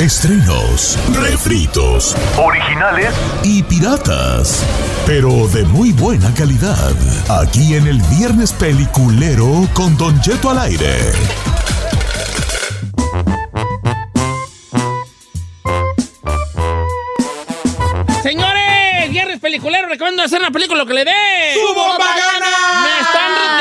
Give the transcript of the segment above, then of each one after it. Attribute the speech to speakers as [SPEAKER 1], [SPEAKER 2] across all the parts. [SPEAKER 1] Estrenos, refritos
[SPEAKER 2] originales
[SPEAKER 1] y piratas, pero de muy buena calidad. Aquí en el Viernes Peliculero con Don Jeto al aire.
[SPEAKER 3] Señores, viernes peliculero, recomiendo hacer la película lo que le dé.
[SPEAKER 4] ¡Tu bomba gana!
[SPEAKER 3] Me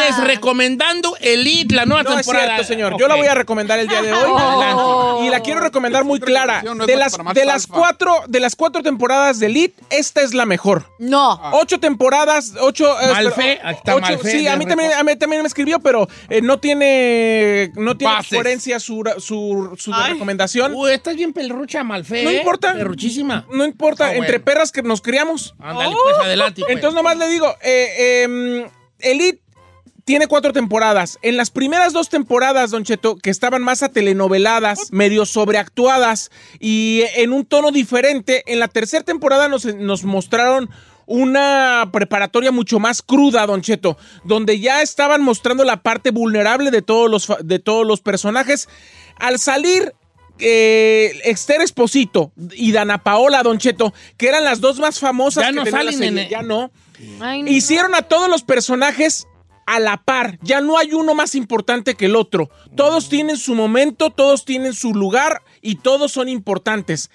[SPEAKER 3] están desrecomendando Elite, la nueva
[SPEAKER 4] No es
[SPEAKER 3] temporada.
[SPEAKER 4] cierto, señor. Yo la
[SPEAKER 3] Ok.
[SPEAKER 4] voy a recomendar el día de hoy.
[SPEAKER 3] Oh.
[SPEAKER 4] Y la quiero recomendar muy clara. De las, de, las cuatro, de las cuatro temporadas de Elite, esta es la mejor.
[SPEAKER 5] No.
[SPEAKER 4] Ocho temporadas, ocho... eh,
[SPEAKER 3] Malfe,
[SPEAKER 4] espera,
[SPEAKER 3] ahí está
[SPEAKER 4] ocho-
[SPEAKER 3] Malfe,
[SPEAKER 4] Sí, a mí,
[SPEAKER 3] de
[SPEAKER 4] también,
[SPEAKER 3] récord.
[SPEAKER 4] a mí también me escribió, pero eh, no tiene, no tiene
[SPEAKER 6] Bases.
[SPEAKER 4] coherencia su, su, su
[SPEAKER 5] Ay.
[SPEAKER 4] recomendación.
[SPEAKER 3] Uy, estás bien pelrucha, Malfe.
[SPEAKER 4] No
[SPEAKER 3] ¿eh?
[SPEAKER 4] importa.
[SPEAKER 3] Perruchísima.
[SPEAKER 4] No importa,
[SPEAKER 3] Ah, bueno.
[SPEAKER 4] entre perras que nos criamos.
[SPEAKER 3] Ándale, pues, adelante. pues.
[SPEAKER 4] Entonces nomás le digo, eh, eh, Elite tiene cuatro temporadas. En las primeras dos temporadas, Don Cheto, que estaban más a telenoveladas, medio sobreactuadas y en un tono diferente, en la tercera temporada nos, nos mostraron una preparatoria mucho más cruda, Don Cheto, donde ya estaban mostrando la parte vulnerable de todos los, fa- de todos los personajes. Al salir eh, Esther Esposito y Dana Paola, Don Cheto, que eran las dos más famosas
[SPEAKER 3] Ya
[SPEAKER 4] que
[SPEAKER 3] no
[SPEAKER 4] tenía la
[SPEAKER 3] salen
[SPEAKER 4] serie.
[SPEAKER 3] en-
[SPEAKER 4] Ya no.
[SPEAKER 5] Ay, no.
[SPEAKER 4] Hicieron a todos los personajes a la par. Ya no hay uno más importante que el otro. Todos
[SPEAKER 5] Mm.
[SPEAKER 4] tienen su momento, todos tienen su lugar y todos son importantes.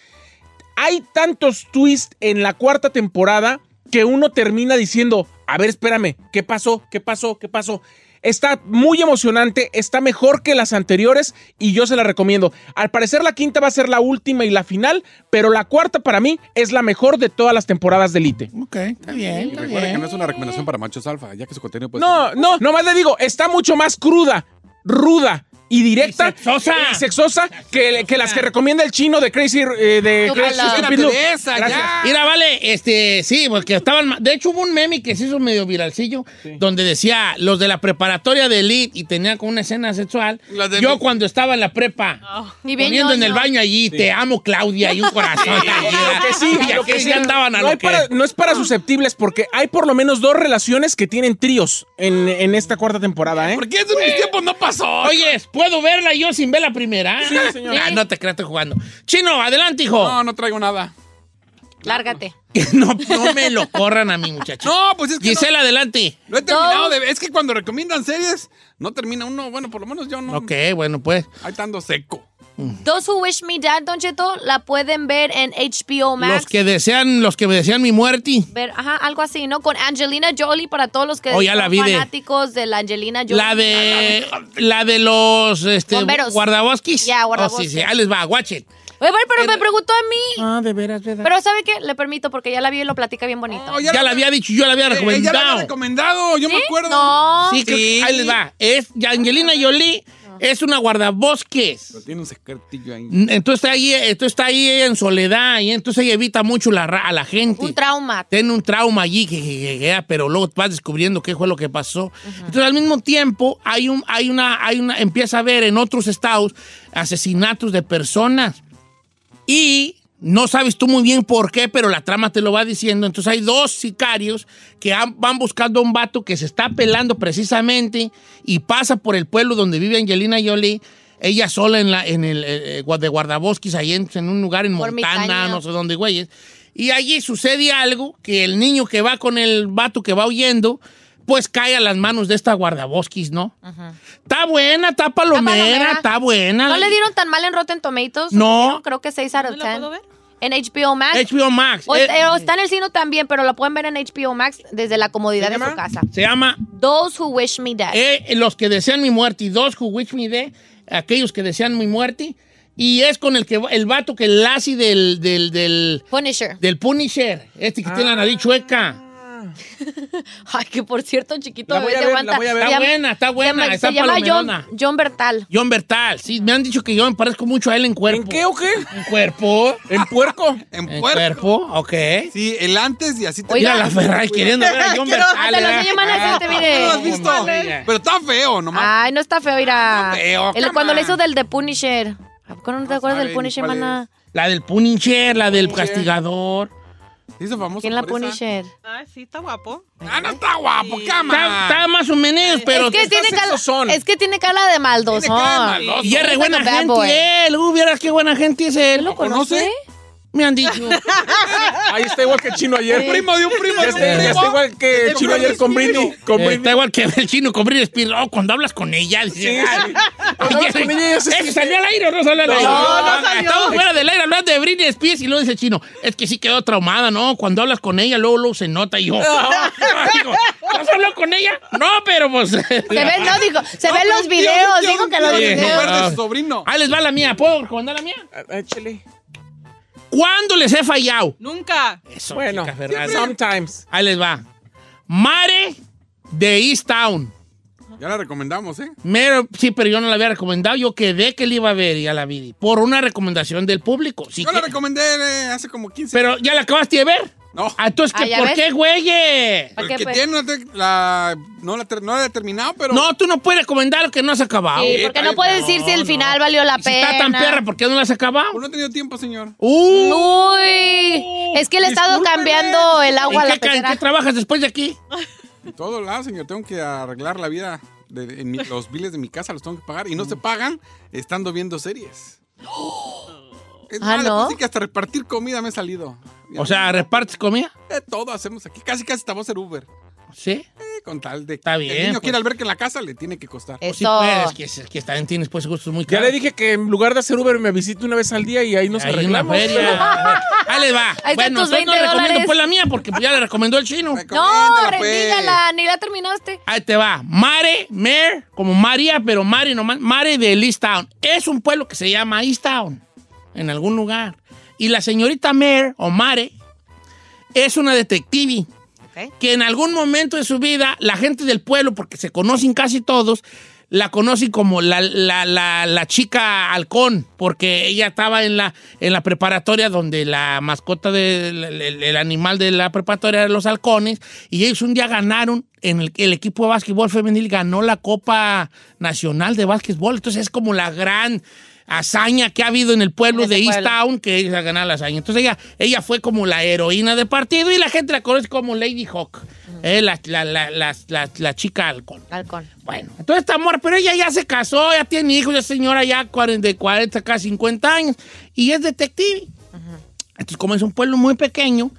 [SPEAKER 4] Hay tantos twists en la cuarta temporada que uno termina diciendo, a ver, espérame, ¿qué pasó? ¿Qué pasó? ¿Qué pasó? Está muy emocionante, está mejor que las anteriores y yo se la recomiendo. Al parecer la quinta va a ser la última y la final, pero la cuarta para mí es la mejor de todas las temporadas de Elite.
[SPEAKER 6] Ok, está bien, está
[SPEAKER 7] Recuerda que
[SPEAKER 6] bien.
[SPEAKER 7] no es una recomendación para machos alfa, ya que su contenido puede ser-
[SPEAKER 4] No, no, nomás le digo, está mucho más cruda, ruda y directa.
[SPEAKER 3] Y sexosa.
[SPEAKER 4] y sexosa que, que las que recomienda el chino de Crazy. eh, de
[SPEAKER 5] No,
[SPEAKER 4] Crazy
[SPEAKER 5] ojalá.
[SPEAKER 4] Stupid Love.
[SPEAKER 6] Espérate de esa,
[SPEAKER 4] Gracias.
[SPEAKER 6] ya.
[SPEAKER 3] Mira, vale, este, sí, porque estaban. ma- De hecho, hubo un meme que se hizo medio viralcillo, donde decía los de la preparatoria de Elite y tenían como una escena sexual.
[SPEAKER 6] Las de
[SPEAKER 3] Yo
[SPEAKER 6] mi-
[SPEAKER 3] cuando estaba en la prepa,
[SPEAKER 4] Ah.
[SPEAKER 5] Y bien
[SPEAKER 3] poniendo en el
[SPEAKER 5] ñoño.
[SPEAKER 3] baño allí, te amo, Claudia, y un corazón.
[SPEAKER 4] Lo que sí,
[SPEAKER 3] Y
[SPEAKER 4] lo que
[SPEAKER 3] aquellos
[SPEAKER 4] sí.
[SPEAKER 3] ya andaban a
[SPEAKER 4] no,
[SPEAKER 3] lo
[SPEAKER 4] hay
[SPEAKER 3] que-
[SPEAKER 4] para- no es para susceptibles porque hay por lo menos dos relaciones que tienen tríos en, en esta cuarta temporada, ¿eh?
[SPEAKER 6] Porque eso en mis tiempos no pasó.
[SPEAKER 3] Oye, ¿puedo verla yo sin ver la primera? Sí,
[SPEAKER 4] señor.
[SPEAKER 3] no te creas, estoy jugando. Chino, adelante, hijo.
[SPEAKER 7] No, no traigo nada.
[SPEAKER 5] Lárgate.
[SPEAKER 3] Que no, no me lo corran a mi muchacho.
[SPEAKER 7] No, pues es que no-
[SPEAKER 3] Gisela, adelante.
[SPEAKER 7] lo he terminado de Es que cuando recomiendan series, no termina uno. Bueno, por lo menos yo no.
[SPEAKER 3] Ok, bueno, pues.
[SPEAKER 7] Ahí está ando seco.
[SPEAKER 5] Those Who Wish Me Dead, Don Cheto, la pueden ver en HBO Max.
[SPEAKER 3] Los que desean, los que me desean mi muerte.
[SPEAKER 5] Ver, ajá, algo así, ¿no? Con Angelina Jolie para todos los que
[SPEAKER 3] Oh, ya la
[SPEAKER 5] son
[SPEAKER 3] vi de-
[SPEAKER 5] fanáticos de la Angelina Jolie.
[SPEAKER 3] La de. La de los este,
[SPEAKER 5] Bomberos.
[SPEAKER 3] guardabosquis.
[SPEAKER 5] Ya,
[SPEAKER 3] Oh,
[SPEAKER 5] guardabosques.
[SPEAKER 3] sí, sí, ahí les va, watch it.
[SPEAKER 5] Oye, pero- pero me preguntó a mí.
[SPEAKER 3] Ah, de veras, ¿verdad?
[SPEAKER 5] Pero ¿sabe qué? Le permito porque ya la vi y lo platica bien bonito.
[SPEAKER 7] No,
[SPEAKER 3] Oh, ya la había dicho, yo la había
[SPEAKER 7] eh, eh, ya la había
[SPEAKER 3] recomendado.
[SPEAKER 7] recomendado, yo me acuerdo.
[SPEAKER 5] No.
[SPEAKER 3] sí, creo que- ahí les va. Es Angelina Jolie es una guardabosques.
[SPEAKER 7] Pero tiene un secretillo ahí.
[SPEAKER 3] Entonces está ahí, entonces está ahí ella en soledad y entonces ella evita mucho la, ra- a la gente.
[SPEAKER 5] Un trauma.
[SPEAKER 3] Tiene un trauma allí, que, que- que- que- ah, pero luego vas descubriendo qué fue lo que pasó. Entonces, al mismo tiempo, hay un, hay una, hay una, empieza a ver en otros estados asesinatos de personas. Y no sabes tú muy bien por qué, pero la trama te lo va diciendo. Entonces hay dos sicarios que am- van buscando a un vato que se está pelando precisamente y pasa por el pueblo donde vive Angelina Jolie. Ella sola en, la, en el eh, eh, gua- de guardabosques, ahí en, en un lugar en
[SPEAKER 5] Por
[SPEAKER 3] Montana,
[SPEAKER 5] Mitaña.
[SPEAKER 3] no sé dónde, güeyes. Y allí sucede algo que el niño que va con el vato que va huyendo pues cae a las manos de esta guardabosquis, ¿no? Está buena, está
[SPEAKER 5] palomera.
[SPEAKER 3] palomera, está buena.
[SPEAKER 5] Ah, ¿No le dieron tan mal en Rotten Tomatoes?
[SPEAKER 3] No.
[SPEAKER 5] Creo que 6 out of 10.
[SPEAKER 2] ¿Dónde la puedo ver?
[SPEAKER 5] En HBO Max.
[SPEAKER 3] HBO Max.
[SPEAKER 5] O,
[SPEAKER 3] Eh,
[SPEAKER 5] eh, o está en el cine también, pero la pueden ver en HBO Max desde la comodidad de su casa.
[SPEAKER 3] se llama
[SPEAKER 5] Those Who Wish Me Dead.
[SPEAKER 3] eh, Los que desean mi muerte y dos Who Wish Me Dead, aquellos que desean mi muerte. Y es con el que va- el vato que el Lassie del, del, del,
[SPEAKER 5] Punisher.
[SPEAKER 3] del Punisher, este que tiene la nariz chueca.
[SPEAKER 5] Ay, que por cierto, chiquito,
[SPEAKER 4] La voy
[SPEAKER 5] bebé,
[SPEAKER 4] a
[SPEAKER 5] te
[SPEAKER 4] ver, la
[SPEAKER 5] aguanta.
[SPEAKER 4] voy a ver.
[SPEAKER 5] Se
[SPEAKER 3] Está
[SPEAKER 5] llama-
[SPEAKER 3] buena, está buena,
[SPEAKER 5] se llama-
[SPEAKER 3] está
[SPEAKER 5] se llama
[SPEAKER 3] palomerona.
[SPEAKER 5] John, John Bertal.
[SPEAKER 3] John Bertal, sí, me han dicho que yo me parezco mucho a él en cuerpo.
[SPEAKER 4] ¿En qué o qué?
[SPEAKER 3] En cuerpo.
[SPEAKER 4] ¿En puerco?
[SPEAKER 7] En
[SPEAKER 3] En
[SPEAKER 7] puerco.
[SPEAKER 3] cuerpo, ok.
[SPEAKER 7] Sí, el antes y así te
[SPEAKER 3] Mira la Ferrari queriendo ver a John
[SPEAKER 2] Quiero-
[SPEAKER 5] Ah,
[SPEAKER 3] Bertal.
[SPEAKER 5] te lo
[SPEAKER 3] ¿verdad? Ah,
[SPEAKER 5] enseñé más reciente, mire.
[SPEAKER 7] ¿No lo has visto?
[SPEAKER 3] No mames.
[SPEAKER 7] Pero está feo, nomás.
[SPEAKER 5] Ay, no está feo, irá.
[SPEAKER 7] Está feo,
[SPEAKER 5] El-
[SPEAKER 7] come
[SPEAKER 5] cuando le
[SPEAKER 7] on.
[SPEAKER 5] hizo del de Punisher. ¿A poco no te acuerdas del
[SPEAKER 7] saben
[SPEAKER 5] Punisher,
[SPEAKER 7] cuál
[SPEAKER 5] mana?
[SPEAKER 3] La del Punisher, la del castigador.
[SPEAKER 7] Se hizo famoso.
[SPEAKER 5] ¿Quién la
[SPEAKER 7] por esa.
[SPEAKER 5] Punisher?
[SPEAKER 2] Ah, sí, está guapo.
[SPEAKER 7] Ah, no está guapo,
[SPEAKER 3] Está,
[SPEAKER 7] cama.
[SPEAKER 3] está más o menos, pero.
[SPEAKER 5] Es que, tiene cara,
[SPEAKER 4] sexosón.
[SPEAKER 5] es que tiene cara de maldosón.
[SPEAKER 7] Tiene cara de
[SPEAKER 3] Y es re
[SPEAKER 5] Sounds
[SPEAKER 3] buena
[SPEAKER 5] like a bad
[SPEAKER 3] gente
[SPEAKER 5] boy.
[SPEAKER 3] él. Uh, vieras qué buena gente es él. ¿Lo
[SPEAKER 7] conoce?
[SPEAKER 3] Me han dicho. Eh,
[SPEAKER 4] Ahí está igual que el chino
[SPEAKER 7] Un
[SPEAKER 4] ayer.
[SPEAKER 7] primo de un primo
[SPEAKER 4] Ya
[SPEAKER 7] de un
[SPEAKER 4] está, ya está
[SPEAKER 7] primo.
[SPEAKER 4] igual que el chino ayer con Britney. Con
[SPEAKER 3] Eh,
[SPEAKER 4] Britney.
[SPEAKER 3] está igual que el chino con Britney Spears. Oh, cuando hablas con ella. dices, ay,
[SPEAKER 4] Cuando hablas con ella,
[SPEAKER 3] ¿Eso
[SPEAKER 4] dices,
[SPEAKER 3] salió al aire o no salió al aire? Ah,
[SPEAKER 4] no
[SPEAKER 2] salió.
[SPEAKER 3] Estamos fuera del aire hablando de Britney Spears y luego dice el chino. Es que sí quedó traumada, ¿no? Cuando hablas con ella, luego, luego se nota. Y yo, digo, ¿no has hablado con ella? No, pero pues...
[SPEAKER 5] Se ven, no, dijo, se ven los
[SPEAKER 7] un tío,
[SPEAKER 5] videos,
[SPEAKER 7] un tío,
[SPEAKER 5] dijo
[SPEAKER 7] un
[SPEAKER 5] que
[SPEAKER 7] tío
[SPEAKER 5] los
[SPEAKER 7] de
[SPEAKER 3] Sí.
[SPEAKER 7] su
[SPEAKER 5] videos.
[SPEAKER 7] mujer, de su sobrino.
[SPEAKER 3] Ahí les va la mía. ¿Puedo recomendar la mía?
[SPEAKER 4] Ah, Échale.
[SPEAKER 3] ¿Cuándo les he fallado?
[SPEAKER 2] Nunca.
[SPEAKER 3] Eso,
[SPEAKER 4] Bueno,
[SPEAKER 3] chica Ferrari.
[SPEAKER 4] sometimes.
[SPEAKER 3] Ahí les va. Mare de East Town.
[SPEAKER 7] Ya la recomendamos, ¿eh?
[SPEAKER 3] Mero- sí, pero yo no la había recomendado. Yo quedé que la iba a ver y ya la vi. Por una recomendación del público. Sí
[SPEAKER 7] Yo la
[SPEAKER 3] que-
[SPEAKER 7] recomendé eh, hace como 15
[SPEAKER 3] pero ya la acabaste de ver.
[SPEAKER 7] No.
[SPEAKER 3] Ah, Entonces, ¿qué-
[SPEAKER 5] Ah, ya
[SPEAKER 3] ¿por
[SPEAKER 5] ves.
[SPEAKER 3] qué, güeyes?
[SPEAKER 5] ¿Para
[SPEAKER 7] El
[SPEAKER 5] qué,
[SPEAKER 7] que
[SPEAKER 5] pues?
[SPEAKER 7] tiene no te- la, no, la ter- no la he terminado, pero.
[SPEAKER 3] No, tú no puedes recomendar lo que no has acabado.
[SPEAKER 5] Sí, porque no puedes decir si el final valió la
[SPEAKER 3] Y si
[SPEAKER 5] pena.
[SPEAKER 3] está tan perra, ¿por qué no la has acabado?
[SPEAKER 7] Pues no he tenido tiempo, señor.
[SPEAKER 3] Uh,
[SPEAKER 5] Uy, es que le he estado
[SPEAKER 7] Discúlpeme.
[SPEAKER 5] cambiando el agua a
[SPEAKER 3] ¿En
[SPEAKER 5] la
[SPEAKER 3] qué, ca- en
[SPEAKER 5] pecera.
[SPEAKER 3] qué trabajas después de aquí?
[SPEAKER 7] En todos lados, señor. Tengo que arreglar la vida. de- en mi- los biles de mi casa los tengo que pagar. Y no
[SPEAKER 3] Mm.
[SPEAKER 7] se pagan estando viendo series. Es
[SPEAKER 5] Ah,
[SPEAKER 7] más,
[SPEAKER 5] ¿no?
[SPEAKER 7] después sí que hasta repartir comida me he salido.
[SPEAKER 3] O sea, ¿repartes comida?
[SPEAKER 7] De todo hacemos aquí. Casi, casi te voy a hacer Uber.
[SPEAKER 3] Sí.
[SPEAKER 7] Eh, con tal de que
[SPEAKER 3] Está
[SPEAKER 7] el
[SPEAKER 3] bien,
[SPEAKER 7] niño
[SPEAKER 3] pues.
[SPEAKER 7] quiera al ver que en la casa le tiene que costar.
[SPEAKER 3] Pues sí,
[SPEAKER 5] Eso.
[SPEAKER 3] pues, que, es- que también tienes pues gustos muy
[SPEAKER 4] Ya
[SPEAKER 3] caros.
[SPEAKER 4] le dije que en lugar de hacer Uber me visite una vez al día y ahí nos
[SPEAKER 3] Hay una
[SPEAKER 4] arreglamos.
[SPEAKER 3] feria. Ahí les va.
[SPEAKER 5] Ahí están
[SPEAKER 3] bueno,
[SPEAKER 5] tus
[SPEAKER 3] entonces no
[SPEAKER 5] 20
[SPEAKER 3] recomiendo
[SPEAKER 5] dólares.
[SPEAKER 3] pues la mía porque ya la recomendó el chino.
[SPEAKER 5] No,
[SPEAKER 7] Recomiéndala, pues.
[SPEAKER 5] rendígala, ni la terminaste.
[SPEAKER 3] Ahí te va. Mare, Mare, como María, pero Mare nomás. Mare de East Town. Es un pueblo que se llama East Town, en algún lugar. Y la señorita Mare, o Mare, es una detective que en algún momento de su vida, la gente del pueblo, porque se conocen casi todos, la conocen como la, la- la- la chica halcón, porque ella estaba en la, en la preparatoria donde la mascota del el- el animal de la preparatoria eran los halcones, y ellos un día ganaron, en el, el equipo de básquetbol femenil ganó la Copa Nacional de Básquetbol, entonces es como la gran hazaña que ha habido en el pueblo
[SPEAKER 5] En ese
[SPEAKER 3] de East
[SPEAKER 5] pueblo.
[SPEAKER 3] Town, que ella ganó la hazaña. Entonces ella, ella fue como la heroína del partido y la gente la conoce como Lady Hawk, eh, la, la- la- la- la- la chica halcón.
[SPEAKER 5] Halcón.
[SPEAKER 3] Bueno, entonces está amor, pero ella ya se casó, ya tiene hijos, ya es señora ya 40, 40, casi 50 años y es detective. Entonces, como es un pueblo muy pequeño,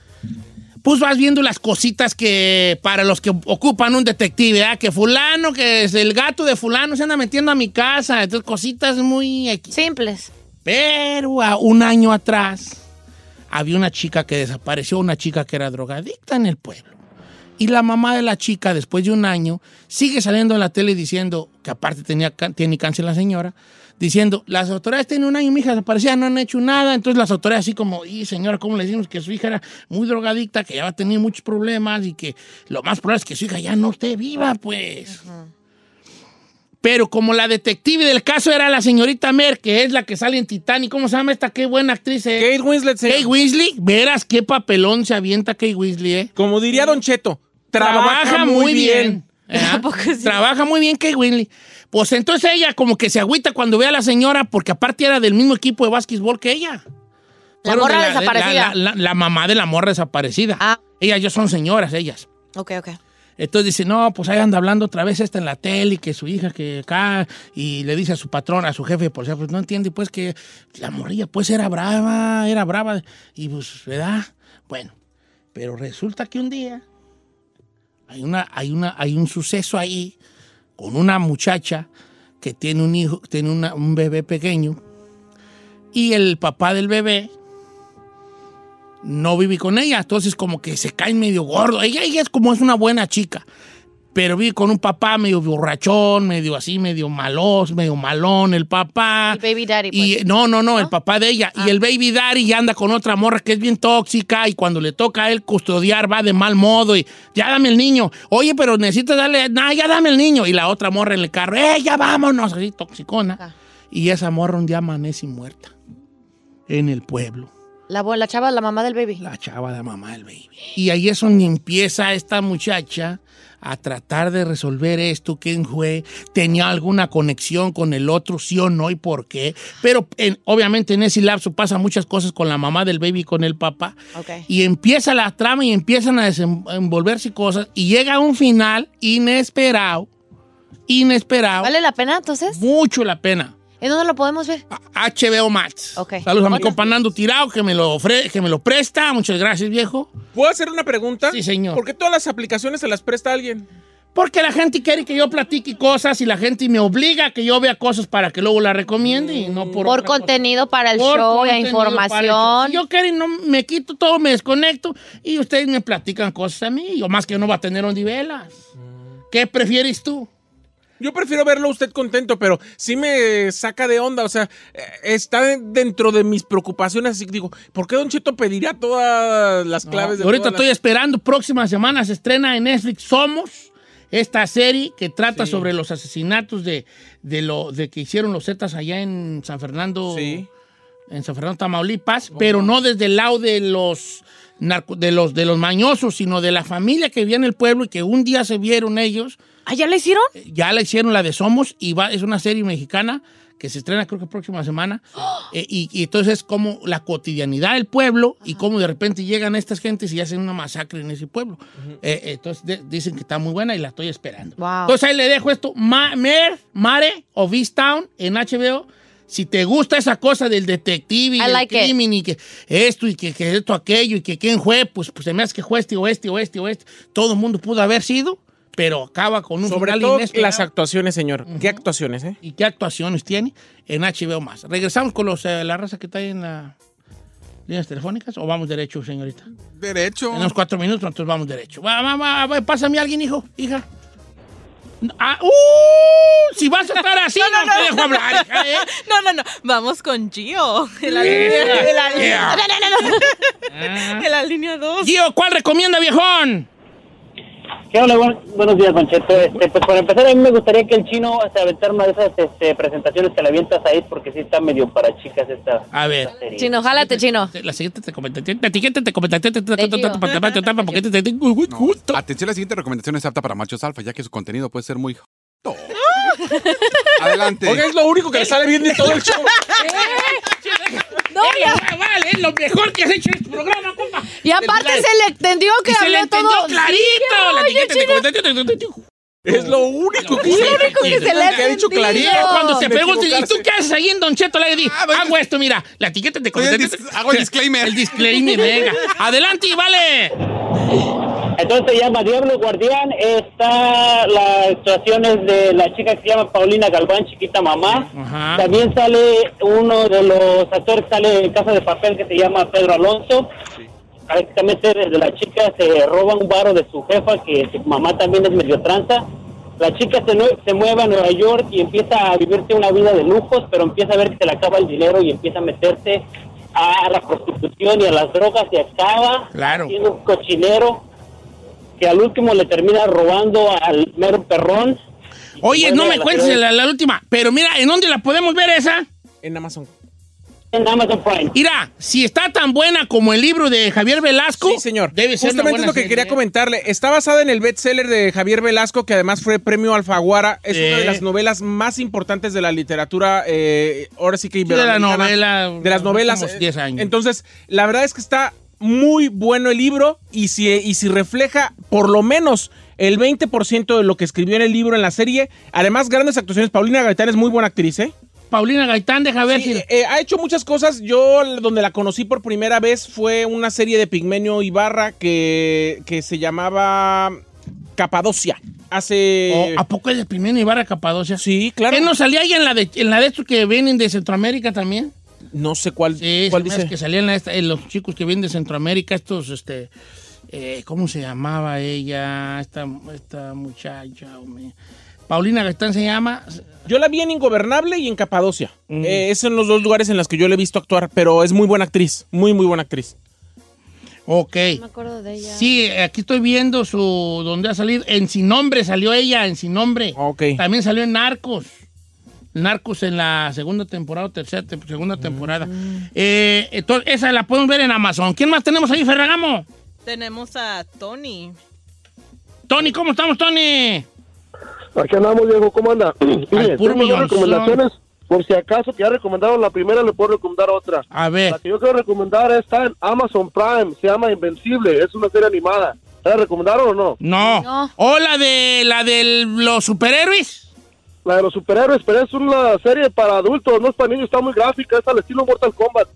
[SPEAKER 3] pues vas viendo las cositas que para los que ocupan un detective, ¿verdad? que fulano, que es el gato de fulano se anda metiendo a mi casa, entonces cositas muy X.
[SPEAKER 5] Simples.
[SPEAKER 3] Pero a un año atrás había una chica que desapareció, una chica que era drogadicta en el pueblo. Y la mamá de la chica, después de un año, sigue saliendo en la tele diciendo, que aparte tenía, can- tiene cáncer la señora, diciendo, las autoridades tienen un año, mi hija desaparecida, no han hecho nada. Entonces las autoridades así como, y señora, ¿cómo le decimos que su hija era muy drogadicta, que ya va a tener muchos problemas y que lo más probable es que su hija ya no esté viva, pues? Pero como la detective del caso era la señorita Mer, que es la que sale en Titanic, ¿cómo se llama esta? Qué buena actriz es.
[SPEAKER 4] Kate Winslet, señor.
[SPEAKER 3] Kate Weasley, verás qué papelón se avienta Kate Weasley, ¿eh?
[SPEAKER 4] Como diría Don Cheto, trabaja, muy bien.
[SPEAKER 3] ¿eh? Trabaja muy bien Kate Weasley. Pues entonces ella como que se agüita cuando ve a la señora, porque aparte era del mismo equipo de básquetbol que ella.
[SPEAKER 5] La
[SPEAKER 3] Fueron
[SPEAKER 5] morra
[SPEAKER 3] de La,
[SPEAKER 5] desaparecida.
[SPEAKER 3] la- la mamá de la morra desaparecida.
[SPEAKER 5] Ah.
[SPEAKER 3] Ellas ya son señoras, ellas.
[SPEAKER 5] Ok, ok.
[SPEAKER 3] Entonces dice, no, pues ahí anda hablando otra vez esta en la tele, que su hija que acá, y le dice a su patrón, a su jefe, por ejemplo, no entiende pues que la morrilla pues era brava, era brava, y pues, ¿verdad? Bueno, pero resulta que un día Hay, una, hay, una, hay un suceso ahí con una muchacha que tiene un hijo, tiene una- un bebé pequeño y el papá del bebé no vive con ella, entonces como que se cae medio gordo. Ella, ella es como es una buena chica, pero vive con un papá medio borrachón, medio así, medio malos, medio malón el papá.
[SPEAKER 5] El baby daddy,
[SPEAKER 3] Y
[SPEAKER 5] pues. Ah.
[SPEAKER 3] no, no, no, el papá de ella. Y el baby daddy ya anda con otra morra que es bien tóxica y cuando le toca a él custodiar va de mal modo y ya dame el niño. Oye, pero necesitas darle, no, ya dame el niño. Y la otra morra en el carro, eh, ya vámonos, así toxicona.
[SPEAKER 5] Ajá.
[SPEAKER 3] Y esa morra un día amanece muerta en el pueblo.
[SPEAKER 5] La, bo- la chava, la mamá del baby.
[SPEAKER 3] La chava de mamá del baby. Y ahí es donde empieza esta muchacha a tratar de resolver esto, quién fue, tenía alguna conexión con el otro, sí o no y por qué. Pero en- obviamente en ese lapso pasa muchas cosas con la mamá del baby y con el papá.
[SPEAKER 5] Ok.
[SPEAKER 3] Y empieza la trama y empiezan a desenvolverse cosas y llega a un final inesperado, inesperado,
[SPEAKER 5] ¿Vale la pena entonces?
[SPEAKER 3] mucho la pena.
[SPEAKER 5] ¿En dónde lo podemos ver?
[SPEAKER 3] HBO Max.
[SPEAKER 5] Ok.
[SPEAKER 3] Saludos a mi
[SPEAKER 5] Hola.
[SPEAKER 3] compa Nando Tirado que me lo ofre- que me lo presta. Muchas gracias, viejo.
[SPEAKER 4] ¿Puedo hacer una pregunta?
[SPEAKER 3] Sí, señor.
[SPEAKER 4] ¿Por qué todas las aplicaciones se las presta alguien?
[SPEAKER 3] Porque la gente quiere que yo platique cosas y la gente me obliga a que yo vea cosas para que luego la recomiende y no por
[SPEAKER 5] Por
[SPEAKER 3] otra cosa.
[SPEAKER 5] contenido para el
[SPEAKER 3] Por
[SPEAKER 5] show, la
[SPEAKER 3] contenido para el show. Si
[SPEAKER 5] información.
[SPEAKER 3] yo quiero y no me quito todo, me desconecto y ustedes me platican cosas a mí. Yo más que no va a tener ondivelas. ¿Qué prefieres tú?
[SPEAKER 4] Yo prefiero verlo a usted contento, pero sí me saca de onda. O sea, eh, está de- dentro de mis preocupaciones. Así que digo, ¿por qué Don Cheto pedirá todas las claves
[SPEAKER 3] Y
[SPEAKER 4] de
[SPEAKER 3] ahorita
[SPEAKER 4] todas las-
[SPEAKER 3] estoy esperando, próxima semana se estrena en Netflix Somos, esta serie que trata sobre los asesinatos de, de lo de que hicieron los Zetas allá en San Fernando,
[SPEAKER 4] Sí.
[SPEAKER 3] en San Fernando, Tamaulipas, pero no desde el lado de los narco- de los de los mañosos, sino de la familia que vivía en el pueblo y que un día se vieron ellos,
[SPEAKER 5] ¿Ah, ya le hicieron?
[SPEAKER 3] Eh, ya la hicieron la de Somos y va, es una serie mexicana que se estrena creo que próxima semana
[SPEAKER 5] ¡Oh!
[SPEAKER 3] Eh, y, y entonces es como la cotidianidad del pueblo y cómo de repente llegan estas gentes y hacen una masacre en ese pueblo. Eh, eh, entonces de- dicen que está muy buena y la estoy esperando.
[SPEAKER 5] Wow.
[SPEAKER 3] Entonces ahí le dejo esto, Ma- Mer, Mare o Town en HBO. Si te gusta esa cosa del detective y
[SPEAKER 5] I
[SPEAKER 3] del
[SPEAKER 5] like it.
[SPEAKER 3] crimen y que esto y que, que esto, aquello y que quién fue, pues, pues se me hace que fue este o este o este o este. Todo el mundo pudo haber sido, pero acaba con un
[SPEAKER 4] Sobre
[SPEAKER 3] final
[SPEAKER 4] todo
[SPEAKER 3] inesperado.
[SPEAKER 4] las actuaciones, señor. ¿Qué actuaciones, eh?
[SPEAKER 3] y qué actuaciones tiene en HBO más. Regresamos con los, eh, la raza que está ahí en las líneas telefónicas o vamos derecho, señorita.
[SPEAKER 7] Derecho.
[SPEAKER 3] Tenemos cuatro minutos, entonces vamos derecho. Va, va, va, va, pásame a alguien, hijo, hija. No, ah, ¡uh! si vas a estar así, no, te dejo hablar, hija, ¿eh?
[SPEAKER 2] No, no, no. Vamos con Gio. En la,
[SPEAKER 3] Yeah.
[SPEAKER 2] línea- en la línea-
[SPEAKER 3] Yeah.
[SPEAKER 2] en la línea 2.
[SPEAKER 3] Gio, ¿cuál recomienda, viejón?
[SPEAKER 8] ¿Qué hola? Buen- buenos días, Don Cheto. Este, pues para empezar, a mí me gustaría que el chino se aventara una de esas este, presentaciones que le avientas ahí, porque sí está medio para chicas esta
[SPEAKER 3] A ver.
[SPEAKER 8] serie.
[SPEAKER 5] Chino, jálate, chino.
[SPEAKER 3] La siguiente te comenta. La siguiente te comenta. Te te
[SPEAKER 7] No. Atención, la siguiente recomendación es apta para machos alfa, ya que su contenido puede ser muy... joto. Adelante.
[SPEAKER 4] Oiga, es lo único que le sale bien de todo el show.
[SPEAKER 5] No, ya.
[SPEAKER 3] Vale, es lo mejor que has hecho en este programa, compa.
[SPEAKER 5] Y aparte se le entendió que
[SPEAKER 3] Y se le
[SPEAKER 5] habló
[SPEAKER 3] entendió
[SPEAKER 5] todo.
[SPEAKER 3] clarito. la
[SPEAKER 5] oye,
[SPEAKER 3] etiqueta te
[SPEAKER 5] Chino.
[SPEAKER 3] comenta, te- te- te- te-
[SPEAKER 4] Es lo único que
[SPEAKER 3] Lo
[SPEAKER 4] se
[SPEAKER 3] único que se
[SPEAKER 5] le ha
[SPEAKER 4] que ha dicho
[SPEAKER 5] entendido.
[SPEAKER 4] clarito.
[SPEAKER 3] Mira, cuando se
[SPEAKER 4] Sin
[SPEAKER 3] pregunta, ¿y tú
[SPEAKER 4] equivocarse.
[SPEAKER 3] qué haces ahí en Don Cheto? Le di,
[SPEAKER 7] Ah, bueno.
[SPEAKER 3] hago esto, mira, la etiqueta te
[SPEAKER 7] Oye,
[SPEAKER 3] comenta.
[SPEAKER 7] dis- hago el disclaimer.
[SPEAKER 3] El disclaimer, venga. Adelante, y vale.
[SPEAKER 8] Entonces se llama Diablo Guardián. Está las actuaciones de la chica que se llama Paulina Galván, chiquita mamá.
[SPEAKER 3] Ajá.
[SPEAKER 8] También sale uno de los actores que sale en Casa de Papel que se llama Pedro Alonso. Prácticamente desde la chica se roba un varo de su jefa, que su mamá también es medio tranza. La chica se, nue- se mueve a Nueva York y empieza a vivirse una vida de lujos, pero empieza a ver que se le acaba el dinero y empieza a meterse a la prostitución y a las drogas y acaba
[SPEAKER 3] Claro.
[SPEAKER 8] siendo un cochinero que al último le termina robando al mero perrón.
[SPEAKER 3] Oye, no me cuentes
[SPEAKER 4] eh.
[SPEAKER 8] la
[SPEAKER 3] la, la última, pero mira, ¿en dónde la podemos ver esa?
[SPEAKER 4] En Amazon.
[SPEAKER 8] En Amazon Prime.
[SPEAKER 3] Mira, si está tan buena como el libro de Javier Velasco,
[SPEAKER 4] Sí, señor.
[SPEAKER 3] debe ser
[SPEAKER 4] Justamente es lo que quería
[SPEAKER 3] ¿eh?
[SPEAKER 4] comentarle. Está basada en el bestseller de Javier Velasco, que además fue premio Alfaguara. Es
[SPEAKER 3] Sí.
[SPEAKER 4] una de las novelas más importantes de la literatura, eh, ahora sí que
[SPEAKER 3] de la
[SPEAKER 4] iberoamericana.
[SPEAKER 3] novela,
[SPEAKER 4] De las
[SPEAKER 3] los
[SPEAKER 4] novelas.
[SPEAKER 3] últimos
[SPEAKER 4] eh,
[SPEAKER 3] 10 años.
[SPEAKER 4] Entonces, la verdad es que está muy bueno el libro y si, y si refleja por lo menos el 20% de lo que escribió en el libro, en la serie. Además, grandes actuaciones. Paulina Gaitán es muy buena actriz, ¿eh?
[SPEAKER 3] Paulina Gaitán, deja ver
[SPEAKER 4] Sí,
[SPEAKER 3] si...
[SPEAKER 4] eh, ha hecho muchas cosas. Yo l- donde la conocí por primera vez fue una serie de Pigmenio Ibarra que, que se llamaba Capadocia. Hace.
[SPEAKER 3] Oh, ¿A poco es de Pimeno Ibarra Capadocia?
[SPEAKER 4] eh, Sí, claro.
[SPEAKER 3] ¿Qué no salía ahí en la de, en la de estos que vienen de Centroamérica también?
[SPEAKER 4] No sé cuál,
[SPEAKER 3] Sí,
[SPEAKER 4] cuál
[SPEAKER 3] se me hace
[SPEAKER 4] dice.
[SPEAKER 3] que salían la- esta- eh, los chicos que vienen de Centroamérica, estos, este, eh, ¿cómo se llamaba ella? Esta, esta muchacha, hombre. Paulina Gaitán se llama.
[SPEAKER 4] Yo la vi en Ingobernable y en Capadocia.
[SPEAKER 3] Mm.
[SPEAKER 4] Eh, esos son los dos lugares en los que yo la he visto actuar, pero es muy buena actriz. Muy, muy buena actriz.
[SPEAKER 3] Ok.
[SPEAKER 5] Me acuerdo de ella.
[SPEAKER 3] Sí, aquí estoy viendo su donde ha salido. En Sin Nombre salió ella, en Sin Nombre.
[SPEAKER 4] Ok.
[SPEAKER 3] También salió en Narcos. Narcos en la segunda temporada o tercera tem- segunda temporada.
[SPEAKER 4] Mm.
[SPEAKER 3] Eh, entonces, esa la pueden ver en Amazon. ¿Quién más tenemos ahí, Ferragamo?
[SPEAKER 2] Tenemos a Tony.
[SPEAKER 3] Tony, ¿cómo estamos, Tony?
[SPEAKER 9] Aquí andamos, Diego, ¿cómo anda? Mire,
[SPEAKER 3] puro
[SPEAKER 9] tengo dos
[SPEAKER 3] millonzón.
[SPEAKER 9] recomendaciones. Por si acaso que ya recomendaron la primera, le puedo recomendar otra.
[SPEAKER 3] A ver.
[SPEAKER 9] La que yo quiero recomendar está en Amazon Prime, se llama Invencible, es una serie animada. ¿La recomendaron o no?
[SPEAKER 3] No. ¿O la de la de los superhéroes?
[SPEAKER 9] La de los superhéroes, pero es una serie para adultos, no es para niños, está muy gráfica, es al estilo Mortal Kombat.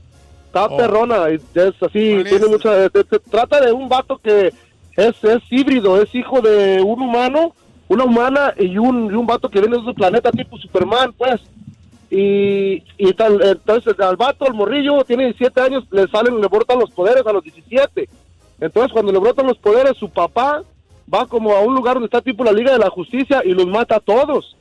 [SPEAKER 9] Está perrona, y es así, tiene mucha... se- se trata de un vato que es, es híbrido, es hijo de un humano, una humana y un, y un vato que viene de otro planeta tipo Superman, pues. Y, y tal, entonces al vato, al morrillo, tiene 17 años, le salen, le brotan los poderes a los 17. Entonces cuando le brotan los poderes, su papá va como a un lugar donde está tipo la Liga de la Justicia y los mata a todos.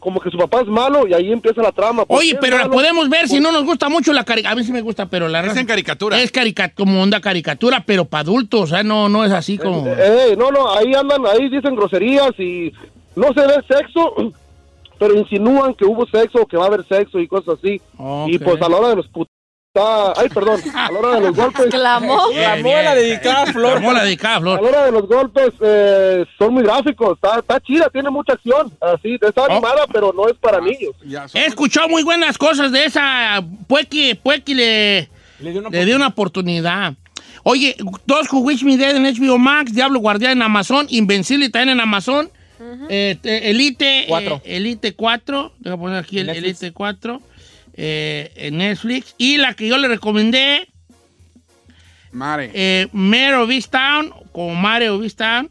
[SPEAKER 9] Como que su papá es malo y ahí empieza la trama.
[SPEAKER 4] Pues
[SPEAKER 9] ¿Por
[SPEAKER 3] Oye,
[SPEAKER 9] qué es
[SPEAKER 3] pero la
[SPEAKER 9] malo?
[SPEAKER 3] podemos ver si no nos gusta mucho la caricatura. A mí sí me gusta, pero la Es en
[SPEAKER 7] caricatura.
[SPEAKER 3] Es caricatura, como onda caricatura, pero para adultos, o sea, no, no es así como.
[SPEAKER 9] Eh, no, no, ahí andan, ahí dicen groserías y no se ve sexo, pero insinúan que hubo sexo o que va a haber sexo y cosas así. Y pues a la hora de los put... ah, Ay, perdón, a la hora de los golpes...
[SPEAKER 5] Clamó.
[SPEAKER 4] Clamó a la dedicada a Flor.
[SPEAKER 3] Clamó a la dedicada a Flor.
[SPEAKER 9] A la hora de los golpes eh, son muy gráficos, está, está chida, tiene mucha acción, así,
[SPEAKER 3] Oh.
[SPEAKER 9] está animada, pero no es para niños.
[SPEAKER 3] He escuchado muy buenas cosas de esa. Puequi, Puequi le,
[SPEAKER 4] le dio una,
[SPEAKER 3] oportunidad. Oye, dos Who Wish Me Dead en HBO Max, Diablo Guardián en Amazon, Invencible también en Amazon, eh, te- Elite
[SPEAKER 4] Cuatro.
[SPEAKER 3] eh, Elite 4, deja poner aquí el
[SPEAKER 4] Netflix.
[SPEAKER 3] Elite 4 eh, en Netflix. Y la que yo le recomendé,
[SPEAKER 7] Mare.
[SPEAKER 3] eh, Mare of Easttown, como Mare of Easttown.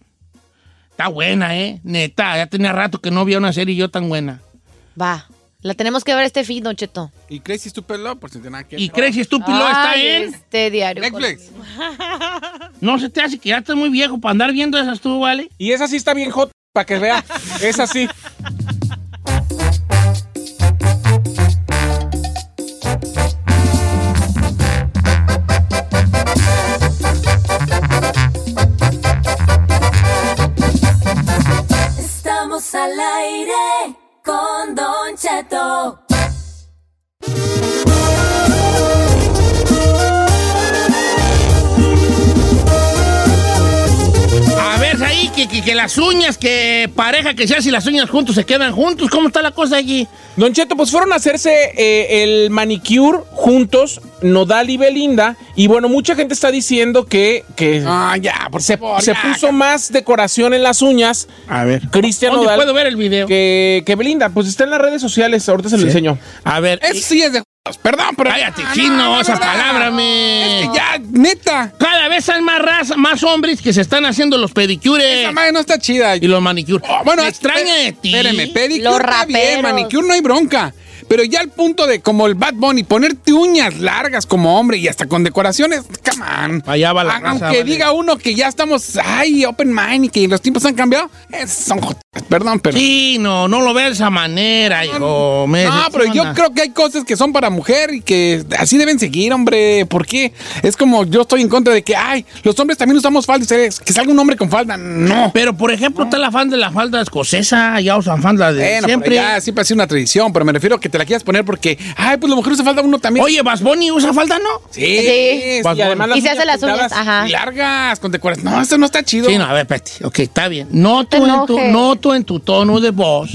[SPEAKER 3] Está buena, ¿eh? Neta, ya tenía rato que no había una serie yo tan buena.
[SPEAKER 5] Va. La tenemos que ver este fin, Don Cheto.
[SPEAKER 7] Y Crazy Stupid Love, por si te nada que
[SPEAKER 3] Y Crazy Stupid Love está
[SPEAKER 5] Ay,
[SPEAKER 3] en...
[SPEAKER 5] Este diario.
[SPEAKER 7] Netflix.
[SPEAKER 3] No se te hace que ya estás muy viejo para andar viendo esas tú, ¿vale?
[SPEAKER 4] Y esa sí está bien hot, para que vea. es así.
[SPEAKER 10] Estamos al aire con Don Cheto.
[SPEAKER 3] A ver, ahí, que, que, que las uñas, que pareja que sea, si las uñas juntos se quedan juntos, ¿cómo está la cosa allí?
[SPEAKER 4] Don Cheto, pues fueron a hacerse eh, el manicure juntos, Nodal y Belinda. Y bueno, mucha gente está diciendo que, que
[SPEAKER 7] Ah,
[SPEAKER 4] se,
[SPEAKER 3] favor,
[SPEAKER 4] se
[SPEAKER 3] ya.
[SPEAKER 4] puso más decoración en las uñas.
[SPEAKER 3] A ver.
[SPEAKER 4] Cristian
[SPEAKER 3] ¿Dónde
[SPEAKER 4] Nodal.
[SPEAKER 3] puedo ver el video?
[SPEAKER 4] Que, que Belinda, pues está en las redes sociales, ahorita se lo enseño.
[SPEAKER 3] A ver.
[SPEAKER 7] Eso sí es de juegos. Perdón, pero. Ah,
[SPEAKER 3] Cállate, chino, esa palabra, me.
[SPEAKER 7] ya, neta.
[SPEAKER 3] Cada vez hay más raza, más hombres que se están haciendo los pedicures. Esa
[SPEAKER 7] madre no está chida.
[SPEAKER 3] Y los manicures.
[SPEAKER 7] bueno,
[SPEAKER 3] Me
[SPEAKER 7] eh,
[SPEAKER 3] Ah, extraña
[SPEAKER 7] espe-
[SPEAKER 3] de ti.
[SPEAKER 7] Espérame, pedicure
[SPEAKER 3] Los
[SPEAKER 7] está bien,
[SPEAKER 3] raperos.
[SPEAKER 7] manicure no hay bronca. Pero ya al punto de como el Bad Bunny, ponerte uñas largas como hombre y hasta con decoraciones, come on. Ah,
[SPEAKER 3] Allá va la
[SPEAKER 7] Aunque
[SPEAKER 3] raza, vale.
[SPEAKER 7] diga uno que ya estamos, ay, open mind y que los tiempos han cambiado, eh, son jotas, perdón, pero...
[SPEAKER 3] Sí, no, no lo ve de esa manera, hijo. me
[SPEAKER 7] No, pero yo
[SPEAKER 3] decepciona.
[SPEAKER 7] creo que hay cosas que son para mujer y que así deben seguir, hombre. ¿Por qué? Es como yo estoy en contra de que, ay, los hombres también usamos falda. y se- Que salga un hombre con falda, no.
[SPEAKER 3] Pero, por ejemplo, está la fan de la falda escocesa, ya usan falda de
[SPEAKER 7] Bueno, pero
[SPEAKER 3] siempre.
[SPEAKER 7] ya siempre ha sido una tradición, pero me refiero a que te la quieras poner porque, ay, pues la mujer usa falda uno también.
[SPEAKER 3] Oye, Bad Bunny usa falda, ¿no?
[SPEAKER 7] sí.
[SPEAKER 5] Sí.
[SPEAKER 7] Bad
[SPEAKER 3] Y además
[SPEAKER 7] Bunny.
[SPEAKER 5] Y se hace las uñas, ajá.
[SPEAKER 7] Y largas, con decoraciones. No, eso no está chido.
[SPEAKER 3] Sí, no, a ver, espérate. Ok, está bien. Noto,
[SPEAKER 5] Te
[SPEAKER 3] en tu,
[SPEAKER 5] enojes.
[SPEAKER 3] noto en tu tono de voz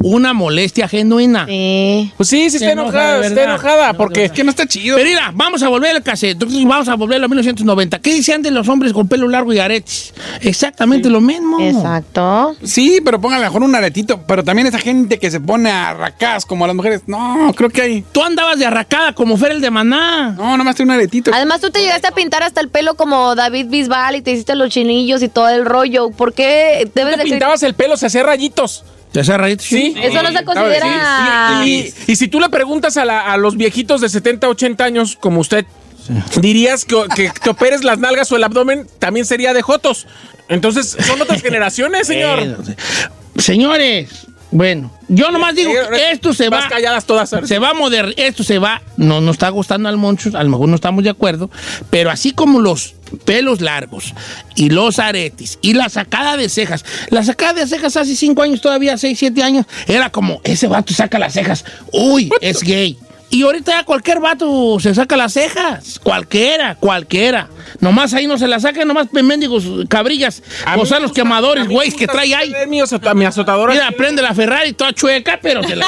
[SPEAKER 3] una molestia genuina.
[SPEAKER 5] Sí.
[SPEAKER 4] Pues sí, sí
[SPEAKER 3] Se
[SPEAKER 4] está
[SPEAKER 3] enoja,
[SPEAKER 4] enojada,
[SPEAKER 3] de
[SPEAKER 4] está
[SPEAKER 3] verdad.
[SPEAKER 4] enojada,
[SPEAKER 3] No, de
[SPEAKER 4] porque...
[SPEAKER 7] Es que no está chido.
[SPEAKER 3] Pero mira, vamos a volver al cassette. Entonces, Vamos a volver a los 1990. ¿Qué decían de los hombres con pelo largo y aretes? Exactamente lo mismo.
[SPEAKER 5] Exacto.
[SPEAKER 7] Sí, pero póngale mejor un aretito. Pero también esa gente que se pone a racas como las mujeres. mujeres. No, creo que hay.
[SPEAKER 3] Tú andabas de arracada como Fer el de Maná.
[SPEAKER 7] No, nomás tiene un aretito.
[SPEAKER 5] Además, tú te llegaste a pintar hasta el pelo como David Bisbal y te hiciste los chinillos y todo el rollo. ¿Por qué debes
[SPEAKER 4] Te
[SPEAKER 5] de
[SPEAKER 4] pintabas el pelo, se hacía rayitos.
[SPEAKER 3] ¿Te hacía rayitos?
[SPEAKER 4] Sí.
[SPEAKER 5] Eso no se considera-
[SPEAKER 4] Y, y- y si tú le preguntas a, la- a los viejitos de 70, 80 años, como usted, dirías que, que te operes las nalgas o el abdomen también sería de jotos. Entonces, son otras generaciones, señor.
[SPEAKER 3] Eh, Señores, bueno, yo nomás digo que esto se va.
[SPEAKER 4] Eh, calladas todas.
[SPEAKER 3] Se va a moder- esto se va. No nos está gustando al Monchus, a lo mejor no estamos de acuerdo, pero así como los pelos largos y los aretes y la sacada de cejas. La sacada de cejas hace cinco años, todavía seis, siete años, era como, ese vato saca las cejas. Uy, es gay. Y ahorita ya cualquier vato se saca las cejas. Cualquiera, cualquiera. Nomás ahí no se las saca, nomás mendigos cabrillas, gusanos quemadores, güeyes que trae ahí.
[SPEAKER 4] Mi azotadora.
[SPEAKER 3] Mira, prende la Ferrari toda chueca, pero se la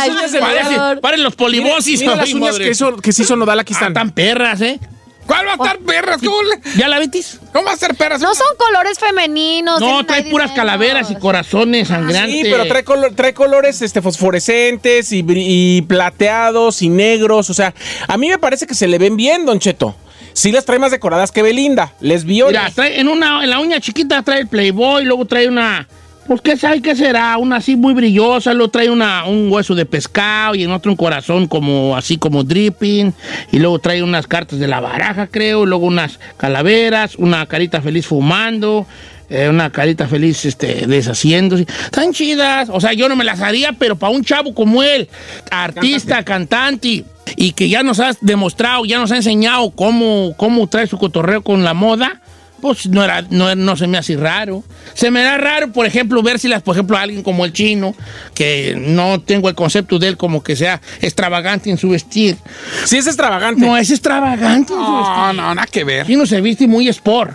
[SPEAKER 4] Ay, señor.
[SPEAKER 3] Parecen los polibosis.
[SPEAKER 4] Mira- mira las uñas que hizo- que sí son nodal aquí están.
[SPEAKER 3] tan perras, ¿eh?
[SPEAKER 7] ¿Cuál va a
[SPEAKER 3] Oh,
[SPEAKER 7] estar perras?
[SPEAKER 3] ¿Ya la vitis?
[SPEAKER 7] ¿Cómo va a ser perras?
[SPEAKER 5] No son colores femeninos.
[SPEAKER 3] No,
[SPEAKER 5] tienen
[SPEAKER 3] trae
[SPEAKER 5] ahí
[SPEAKER 3] puras
[SPEAKER 5] diseño.
[SPEAKER 3] calaveras y corazones sangrantes.
[SPEAKER 4] Sí, pero trae, colo- trae colores este, fosforescentes y, bri- y plateados y negros. O sea, a mí me parece que se le ven bien, Don Cheto. Sí las trae más decoradas que Belinda. Les vio.
[SPEAKER 3] Mira, trae en, una, en la uña chiquita trae el Playboy, luego trae una... Pues qué sabe qué será, una así muy brillosa, luego trae una, un hueso de pescado y en otro un corazón como así como dripping, y luego trae unas cartas de la baraja, creo, y luego unas calaveras, una carita feliz fumando, eh, una carita feliz este, deshaciéndose. Están chidas, o sea, yo no me las haría, pero para un chavo como él, artista, cantante, y que ya nos has demostrado, ya nos ha enseñado cómo, cómo trae su cotorreo con la moda, pues no, era, no, no se me hace raro. Se me da raro, por ejemplo, ver si las, por ejemplo, a alguien como el chino, que no tengo el concepto de él como que sea extravagante en su vestir.
[SPEAKER 4] Sí, es extravagante.
[SPEAKER 3] No, es extravagante. este.
[SPEAKER 4] Ah.
[SPEAKER 7] No, no, nada que ver.
[SPEAKER 3] El chino se viste muy sport.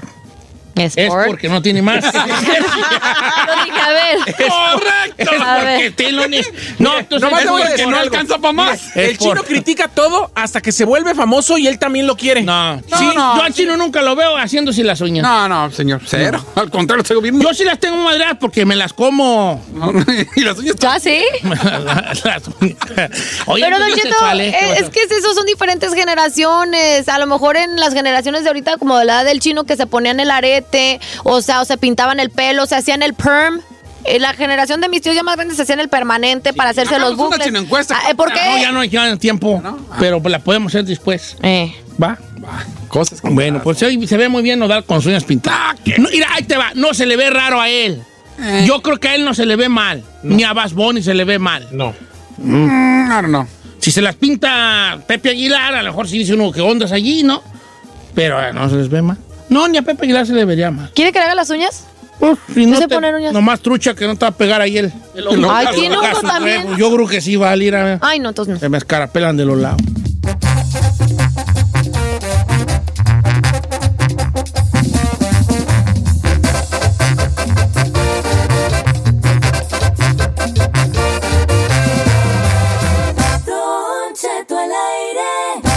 [SPEAKER 3] Es porque no tiene más.
[SPEAKER 5] Lo dije, a ver.
[SPEAKER 3] Correcto.
[SPEAKER 5] A ver.
[SPEAKER 3] Porque telones. No, tú
[SPEAKER 4] Nomás te voy a
[SPEAKER 3] porque
[SPEAKER 4] decir
[SPEAKER 3] no
[SPEAKER 4] algo.
[SPEAKER 3] alcanza para más.
[SPEAKER 4] Mira, el chino critica todo hasta que se vuelve famoso y él también lo quiere.
[SPEAKER 3] No,
[SPEAKER 4] Sí,
[SPEAKER 3] yo al chino nunca lo veo haciéndose las uñas.
[SPEAKER 7] No, no, señor, cero. Al contrario, estoy bien.
[SPEAKER 3] Yo sí las tengo madreadas porque me las como.
[SPEAKER 7] y las uñas.
[SPEAKER 5] ¿Ya ¿Ah, sí?
[SPEAKER 3] Las uñas. Oye,
[SPEAKER 5] Pero,
[SPEAKER 3] no
[SPEAKER 5] Don
[SPEAKER 3] soy
[SPEAKER 5] Cheto,
[SPEAKER 3] sexual, ¿eh? ¿Qué
[SPEAKER 5] eh,
[SPEAKER 3] vas a
[SPEAKER 5] es que es eso son diferentes generaciones. A lo mejor en las generaciones de ahorita, como de la edad del chino, que se ponían el arete, o sea, o se pintaban el pelo, se hacían el perm. Eh, La generación de mis tíos ya más grandes se hacían el permanente para hacerse los
[SPEAKER 7] Hagamos una
[SPEAKER 5] bucles.
[SPEAKER 7] chinoencuesta.
[SPEAKER 5] Ah, eh, ¿Por qué?
[SPEAKER 3] No, ya no hay ya no ah. hay tiempo. Pero la podemos hacer después.
[SPEAKER 5] Eh,
[SPEAKER 3] ¿Va?
[SPEAKER 7] Cosas que-
[SPEAKER 3] Bueno, pues hoy se ve muy bien Nodal con sus uñas pintadas. No, mira, ahí te va. No se le ve raro a él. Yo creo que a él Eh. no se le ve mal. Ni a Bass Bunny se le ve mal.
[SPEAKER 4] No.
[SPEAKER 7] Mm, I don't know.
[SPEAKER 3] Si se las pinta Pepe Aguilar, a lo mejor sí dice uno que ondas allí, ¿no? Pero eh, no se les ve mal. No, ni a Pepe Aguilar se le vería mal.
[SPEAKER 5] ¿Quiere que le haga las uñas?
[SPEAKER 3] Pues, si
[SPEAKER 5] No
[SPEAKER 3] no
[SPEAKER 5] se
[SPEAKER 3] te-
[SPEAKER 5] ponen uñas.
[SPEAKER 3] Nomás trucha que no te va a pegar ahí el... el
[SPEAKER 5] ojo. Ay, ¿quién ojo
[SPEAKER 3] Caso
[SPEAKER 5] también?
[SPEAKER 3] nuevo. Yo creo que sí va a ir a...
[SPEAKER 5] Ay, no, entonces no.
[SPEAKER 3] Se me escarapelan de los lados.
[SPEAKER 10] Don Cheto al aire.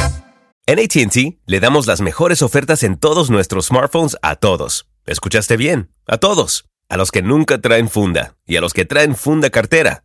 [SPEAKER 11] En ATT le damos las mejores ofertas en todos nuestros smartphones a todos. ¿Escuchaste bien? A todos. A los que nunca traen funda y a los que traen funda cartera.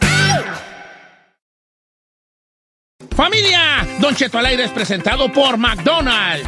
[SPEAKER 3] ¡Familia! Don Cheto al aire es presentado por McDonald's.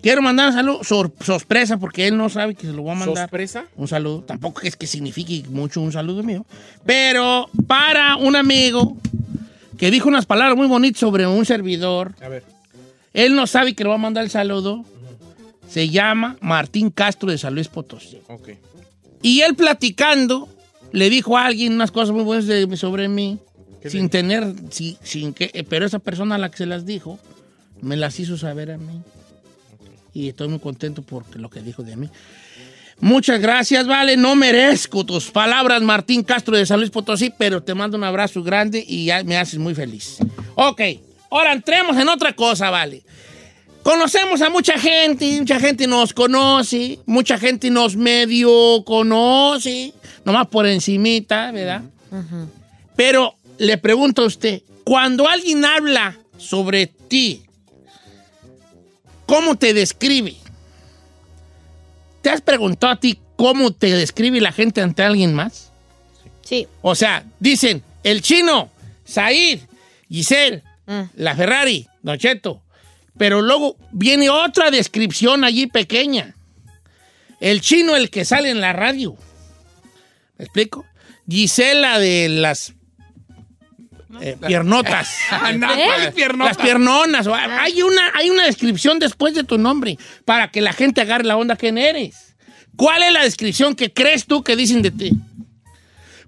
[SPEAKER 3] quiero mandar un saludo, sor- sorpresa, porque él no sabe que se lo voy a mandar.
[SPEAKER 4] ¿Sorpresa?
[SPEAKER 3] Un saludo, tampoco es que signifique mucho un saludo mío, pero para un amigo que dijo unas palabras muy bonitas sobre un servidor.
[SPEAKER 4] A ver.
[SPEAKER 3] Él no sabe que le va a mandar el saludo. Se llama Martín Castro de San Luis Potosí.
[SPEAKER 4] Ok.
[SPEAKER 3] Y él platicando, le dijo a alguien unas cosas muy buenas de- sobre mí, sin tener, si- sin que, eh, pero esa persona a la que se las dijo, me las hizo saber a mí. Y estoy muy contento por lo que dijo de mí. Muchas gracias, vale. No merezco tus palabras, Martín Castro de San Luis Potosí, pero te mando un abrazo grande y ya me haces muy feliz. Ok, ahora entremos en otra cosa, vale. Conocemos a mucha gente, mucha gente nos conoce, mucha gente nos medio conoce, nomás por encimita, ¿verdad? Pero le pregunto a usted, cuando alguien habla sobre ti, ¿cómo te describe? ¿Te has preguntado a ti cómo te describe la gente ante alguien más?
[SPEAKER 5] Sí.
[SPEAKER 3] O sea, dicen, el chino, Zaid, Giselle, la Ferrari, Don Cheto. Pero luego viene otra descripción allí pequeña. El chino, el que sale en la radio. ¿Me explico? Gisela de las eh, piernotas.
[SPEAKER 6] Ah, No, ¿cuáles piernotas?
[SPEAKER 3] Las piernonas. o- Hay una, hay una descripción después de tu nombre para que la gente agarre la onda quién eres. ¿Cuál es la descripción que crees tú que dicen de ti?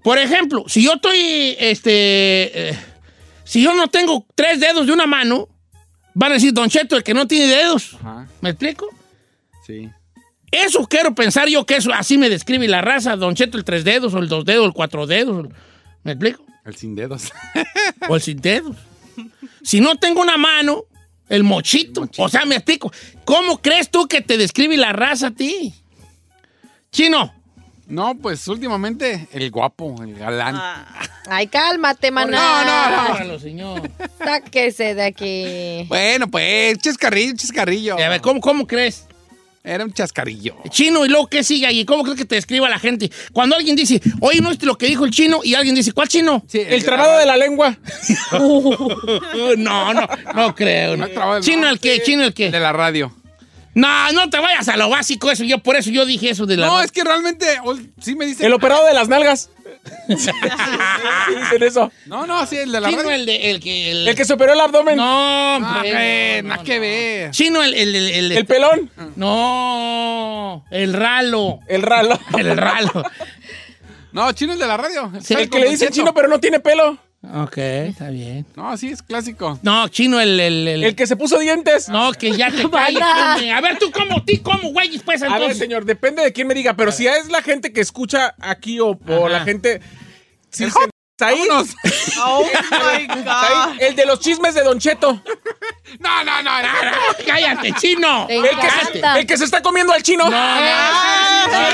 [SPEAKER 3] Por ejemplo, si yo estoy, este, eh, si yo no tengo tres dedos de una mano, van a decir, Don Cheto, el que no tiene dedos. ¿Me explico?
[SPEAKER 7] Sí.
[SPEAKER 3] Eso quiero pensar yo que eso así me describe la raza, Don Cheto, el tres dedos, o el dos dedos, el cuatro dedos. ¿Me explico?
[SPEAKER 7] El sin dedos.
[SPEAKER 3] O el sin dedos. Si no tengo una mano, el mochito. O sea, me explico. ¿Cómo crees tú que te describe la raza a ti? Chino.
[SPEAKER 7] No, pues últimamente el guapo, el galán.
[SPEAKER 5] Ay, cálmate, maná.
[SPEAKER 7] No,
[SPEAKER 3] no, señor.
[SPEAKER 5] Sáquese de aquí.
[SPEAKER 7] Bueno, pues, chascarrillo, chascarrillo.
[SPEAKER 3] A ver, ¿cómo, cómo crees?
[SPEAKER 7] Era un chascarrillo.
[SPEAKER 3] Chino, ¿y luego qué sigue ahí? ¿Cómo crees que te describa la gente? Cuando alguien dice, oye, no es lo que dijo el chino, y alguien dice, ¿cuál chino?
[SPEAKER 7] el trabado
[SPEAKER 4] de la lengua.
[SPEAKER 3] no, no, no creo. no. ¿Chino el qué? ¿Chino el qué? De
[SPEAKER 7] la radio.
[SPEAKER 3] No, no te vayas a lo básico, eso yo, por eso yo dije eso de la
[SPEAKER 7] No, es que realmente ol- sí me dicen.
[SPEAKER 3] El operado
[SPEAKER 4] de las nalgas.
[SPEAKER 7] dicen
[SPEAKER 4] eso?
[SPEAKER 7] No, no, sí, el de la
[SPEAKER 3] Chino,
[SPEAKER 7] radio.
[SPEAKER 3] el, de- el que... El,
[SPEAKER 4] El que se operó el abdomen.
[SPEAKER 3] No,
[SPEAKER 7] Nada
[SPEAKER 3] hombre,
[SPEAKER 7] que ver,
[SPEAKER 3] no,
[SPEAKER 7] nada
[SPEAKER 3] no,
[SPEAKER 7] que
[SPEAKER 3] no.
[SPEAKER 7] ver.
[SPEAKER 3] Chino, el... El, el, el-
[SPEAKER 4] El pelón.
[SPEAKER 3] No, el ralo.
[SPEAKER 4] El ralo.
[SPEAKER 3] El ralo.
[SPEAKER 7] No, chino el de la radio.
[SPEAKER 4] el que le dice chino, pero no tiene pelo.
[SPEAKER 3] Ok, está bien.
[SPEAKER 7] No, sí, es clásico.
[SPEAKER 3] No, chino, el... El,
[SPEAKER 4] El que se puso dientes.
[SPEAKER 3] No, que ya te calles, hombre. A ver, tú como, ti como, güey, pues
[SPEAKER 4] A ver,
[SPEAKER 3] entonces...
[SPEAKER 4] señor, depende de quién me diga, pero si es la gente que escucha aquí o, o la gente. Si dicen, Said.
[SPEAKER 2] Oh my
[SPEAKER 4] Said,
[SPEAKER 2] God.
[SPEAKER 4] el de los chismes de Don Cheto.
[SPEAKER 7] No, no, no, no, no.
[SPEAKER 3] Cállate, chino.
[SPEAKER 4] El que, se, el que se está comiendo al chino. Ah.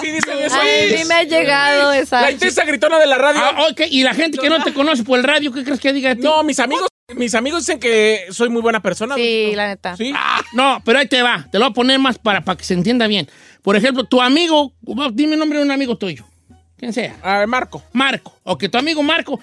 [SPEAKER 4] Sí, dicen eso.
[SPEAKER 5] Ay, sí me ha llegado esa.
[SPEAKER 4] La intensa gritona de la radio.
[SPEAKER 3] Ah, ok, y la gente que no te conoce por el radio, ¿qué crees que diga? de ti?
[SPEAKER 4] No, mis amigos, mis amigos dicen que soy muy buena persona.
[SPEAKER 5] Sí, la neta.
[SPEAKER 4] Sí.
[SPEAKER 3] No, pero ahí te va. Te lo voy a poner más para, para que se entienda bien. Por ejemplo, tu amigo, dime el nombre de un amigo tuyo. ¿Quién sea?
[SPEAKER 4] A ver, Ah, Marco.
[SPEAKER 3] Marco. O que tu amigo Marco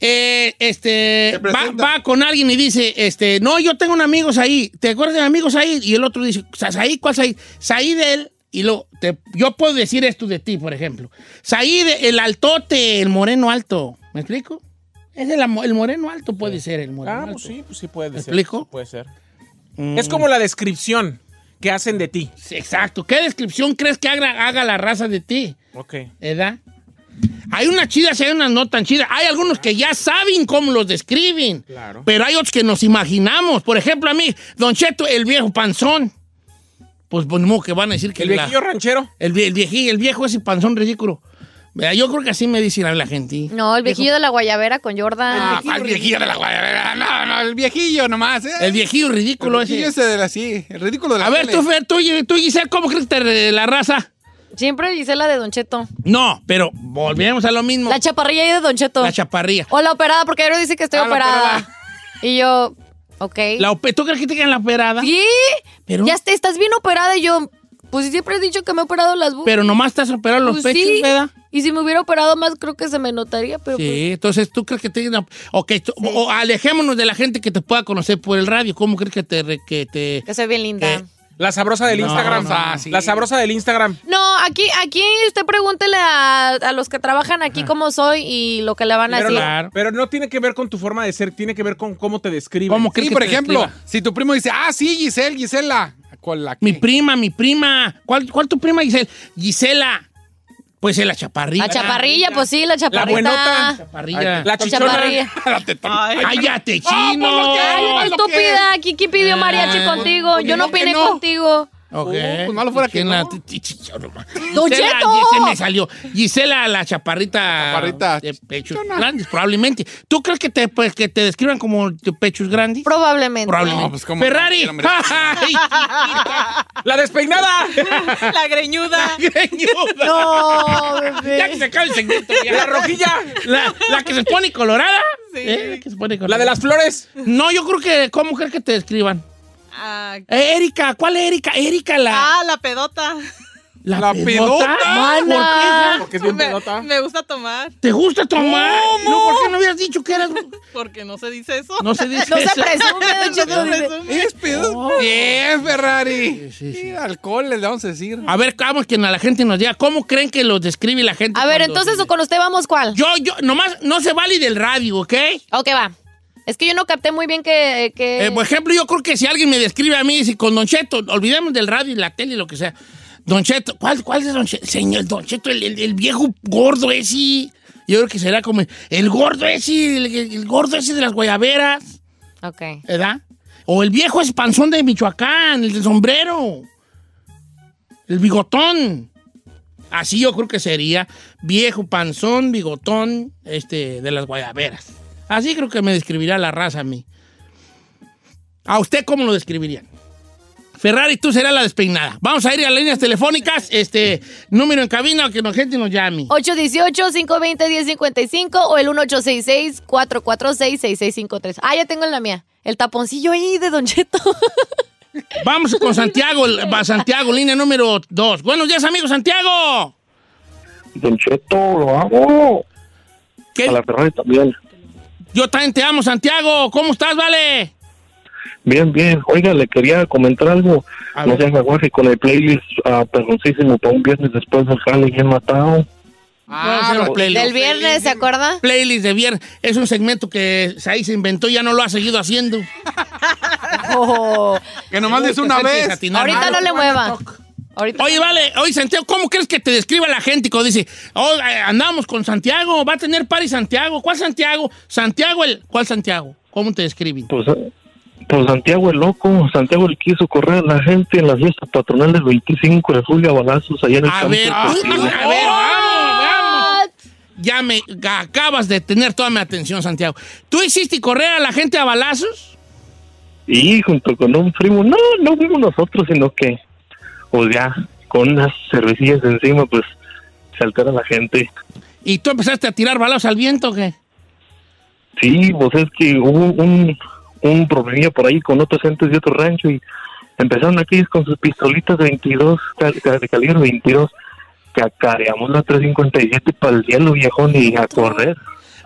[SPEAKER 3] eh, este, va, va con alguien y dice, este, no, yo tengo un amigo ahí. ¿Te acuerdas de mi amigo ahí? Y el otro dice, ¿Saí cuál Saí? Saí de él. Y lo, te- yo puedo decir esto de ti, por ejemplo. Saí de- el altote, el moreno alto. ¿Me explico? Es el, amo- el moreno alto, puede ser el moreno
[SPEAKER 4] Ah,
[SPEAKER 3] alto.
[SPEAKER 4] pues sí, pues sí puede ser.
[SPEAKER 3] explico?
[SPEAKER 4] Puede ser.
[SPEAKER 7] Mm.
[SPEAKER 4] Es como la descripción que hacen de ti.
[SPEAKER 3] Sí, Exacto. ¿Qué descripción crees que haga, haga la raza de ti?
[SPEAKER 4] Ok.
[SPEAKER 3] ¿Edad? Hay unas chidas y hay unas no tan chidas. Hay algunos que ya saben cómo los describen.
[SPEAKER 4] Claro.
[SPEAKER 3] Pero hay otros que nos imaginamos. Por ejemplo, a mí, Don Cheto, el viejo panzón. Pues, pues, ni modo que van a decir que
[SPEAKER 4] El
[SPEAKER 3] la-
[SPEAKER 4] viejillo ranchero.
[SPEAKER 3] el, vie- el viejillo, el viejo ese panzón ridículo. Mira, Yo creo que así me dicen a la gente.
[SPEAKER 5] No, el viejillo de la guayabera con Jordan.
[SPEAKER 3] Ah, ¿cuál viejillo de la
[SPEAKER 7] Ah,
[SPEAKER 3] guayabera? No, no, el viejillo nomás, ¿eh? El viejillo ridículo
[SPEAKER 7] El viejillo
[SPEAKER 3] ese. de la, sí, el ridículo
[SPEAKER 7] de la
[SPEAKER 3] A ver,
[SPEAKER 7] tele.
[SPEAKER 3] tú, Fer, tú, y- tú, Giselle, ¿cómo crees que te- la raza?
[SPEAKER 5] Siempre hice la de Don Cheto.
[SPEAKER 3] No, pero volvemos a lo mismo.
[SPEAKER 5] La chaparrilla ahí de Don Cheto.
[SPEAKER 3] La chaparrilla.
[SPEAKER 5] o la operada, porque Aero dice que estoy
[SPEAKER 3] Ah, la
[SPEAKER 5] operada. Y yo, ok.
[SPEAKER 3] La ope- ¿Tú crees que te quedan la operada?
[SPEAKER 5] Sí.
[SPEAKER 3] Pero-
[SPEAKER 5] Ya te- estás bien operada. Y yo, pues siempre he dicho que me he operado las bu-
[SPEAKER 3] Pero nomás estás operando los
[SPEAKER 5] Pues
[SPEAKER 3] pechos,
[SPEAKER 5] sí.
[SPEAKER 3] ¿verdad?
[SPEAKER 5] Y si me hubiera operado más, creo que se me notaría, pero pues,
[SPEAKER 3] Sí, entonces tú crees que te... Ok, tú- o alejémonos de la gente que te pueda conocer por el radio. ¿Cómo crees que te... re- Que te
[SPEAKER 5] pues, que soy bien linda.
[SPEAKER 4] La sabrosa del
[SPEAKER 3] No,
[SPEAKER 4] Instagram.
[SPEAKER 3] no, sí.
[SPEAKER 4] La sabrosa del Instagram.
[SPEAKER 5] No, aquí, aquí usted pregúntele a, a los que trabajan aquí cómo soy y lo que le van a
[SPEAKER 4] Pero,
[SPEAKER 5] decir.
[SPEAKER 4] no, pero no tiene que ver con tu forma de ser, tiene que ver con cómo te describen.
[SPEAKER 7] ¿Cómo crees Sí, que por te ejemplo, describan? si tu primo dice, ah, sí, Giselle, Gisela. ¿Cuál la
[SPEAKER 3] Mi prima, mi prima. ¿Cuál, cuál tu prima, Gisela? Gisela. Pues es la chaparrilla.
[SPEAKER 5] La chaparrilla, pues sí, la chaparrita.
[SPEAKER 3] buenota. Chaparrilla.
[SPEAKER 5] La chaparrilla.
[SPEAKER 3] Cállate,
[SPEAKER 5] Ay,
[SPEAKER 3] chino.
[SPEAKER 5] Cállate, estúpida. Aquí ¿quién pidió mariachi
[SPEAKER 3] Ah,
[SPEAKER 5] contigo. Yo Eh, no opiné contigo.
[SPEAKER 3] Ok.
[SPEAKER 5] pues malo fuera que
[SPEAKER 3] Gisela,
[SPEAKER 5] no.
[SPEAKER 3] ti- ti- ti- yo nomás.
[SPEAKER 5] ¡Don
[SPEAKER 3] Gisela,
[SPEAKER 5] Cheto!
[SPEAKER 3] Gise- me salió. Gisela, la chaparrita. De pechos grandes, probablemente. ¿Tú crees que te, pues, que te describan como de pechos grandes?
[SPEAKER 5] Probablemente.
[SPEAKER 3] Probablemente. Ferrari.
[SPEAKER 4] ¡La despeinada!
[SPEAKER 2] La greñuda.
[SPEAKER 3] La greñuda.
[SPEAKER 2] No,
[SPEAKER 3] bebé. Ya que se acaba el segmento. ya.
[SPEAKER 2] La rojilla.
[SPEAKER 3] La, la que se pone colorada.
[SPEAKER 2] Sí.
[SPEAKER 3] ¿eh? La que se pone
[SPEAKER 4] La
[SPEAKER 3] colorada.
[SPEAKER 4] de las flores.
[SPEAKER 3] No, yo creo que. ¿Cómo crees que te describan? Eh, Erika, ¿cuál es Erika? Erika, la.
[SPEAKER 2] Ah, la pedota.
[SPEAKER 3] la,
[SPEAKER 2] pedota.
[SPEAKER 3] Mana.
[SPEAKER 2] ¿Por qué? me, me gusta tomar.
[SPEAKER 3] ¿Te gusta tomar?
[SPEAKER 2] ¿Cómo?
[SPEAKER 3] No, ¿por qué no habías dicho que eras.?
[SPEAKER 2] Porque no se dice eso.
[SPEAKER 3] No se dice No se eso. presume, don
[SPEAKER 2] No
[SPEAKER 3] Cheto,
[SPEAKER 2] se
[SPEAKER 3] dice.
[SPEAKER 2] presume.
[SPEAKER 7] Es
[SPEAKER 3] Oh.
[SPEAKER 7] pedo. Bien, Ferrari. Y alcohol le vamos a decir.
[SPEAKER 3] A ver, vamos, que a la gente nos diga, ¿cómo creen que los describe la gente?
[SPEAKER 5] A ver,
[SPEAKER 3] cuando-
[SPEAKER 5] entonces con usted vamos cuál.
[SPEAKER 3] Yo, yo, nomás, no se vale del radio, ¿ok?
[SPEAKER 5] Ok, va. Es que yo no capté muy bien que. que-
[SPEAKER 3] Eh, por ejemplo, yo creo que si alguien me describe a mí, si con Don Cheto, olvidemos del radio y la tele y lo que sea. Don Cheto, ¿cuál, cuál es Don Cheto? Señor, Don Cheto, el, el- el viejo gordo ese. Yo creo que será como el gordo ese, el, el- el gordo ese de las guayaberas,
[SPEAKER 5] Ok.
[SPEAKER 3] ¿verdad? O el viejo espanzón de Michoacán, el del sombrero, el bigotón. Así yo creo que sería viejo panzón, bigotón, este, de las guayaberas. Así creo que me describirá la raza a mí. ¿A usted cómo lo describirían? Ferrari, tú serás la despeinada. Vamos a ir a las líneas telefónicas, este, número en cabina, que la gente nos llame.
[SPEAKER 5] 818-520-1055 o el 1866-446-6653. Ah, ya tengo en la mía. El taponcillo ahí de Don Cheto.
[SPEAKER 3] Vamos con Santiago, el- va Santiago, línea número 2. Buenos días, amigo Santiago.
[SPEAKER 12] Don Cheto, lo amo.
[SPEAKER 3] ¿Qué?
[SPEAKER 12] A la Ferrari también.
[SPEAKER 3] Yo también te amo, Santiago. ¿Cómo estás, vale?
[SPEAKER 12] Bien, bien. Oiga, le quería comentar algo.
[SPEAKER 3] A
[SPEAKER 12] no
[SPEAKER 3] ver.
[SPEAKER 12] se haga guaje con el playlist ah, perrosísimo para un viernes después del jale bien matado.
[SPEAKER 3] Ah,
[SPEAKER 5] Del viernes, ¿se acuerda?
[SPEAKER 3] Playlist de viernes. Es un segmento que ahí se inventó y ya no lo ha seguido haciendo.
[SPEAKER 7] Que nomás des una vez.
[SPEAKER 5] Ahorita no le mueva. Ahorita.
[SPEAKER 3] Oye, vale, oye, Santiago, ¿cómo crees que te describa la gente cuando dice, oh, eh, andamos con Santiago, va a tener party Santiago? ¿Cuál Santiago? Santiago el... ¿Cuál Santiago? ¿Cómo te describen?
[SPEAKER 12] Pues, eh, pues Santiago el loco. Santiago el quiso correr a la gente en las fiestas patronales 25 de julio a balazos allá en el
[SPEAKER 3] A
[SPEAKER 12] campo.
[SPEAKER 3] ver, a ver, vamos, vamos. Ya me acabas de tener toda mi atención, Santiago. ¿Tú hiciste correr a la gente a balazos?
[SPEAKER 12] Y junto con un primo, no, no fuimos nosotros, sino que, pues ya, con unas cervecillas encima, pues se altera la gente.
[SPEAKER 3] ¿Y tú empezaste a tirar balazos al viento o qué?
[SPEAKER 12] Sí, pues es que hubo un, un problemilla por ahí con otros entes de otro rancho y empezaron aquellos con sus pistolitas 22, cal- cal- de calibre 22. Cacareamos la 357 para el cielo, viejón, y a correr.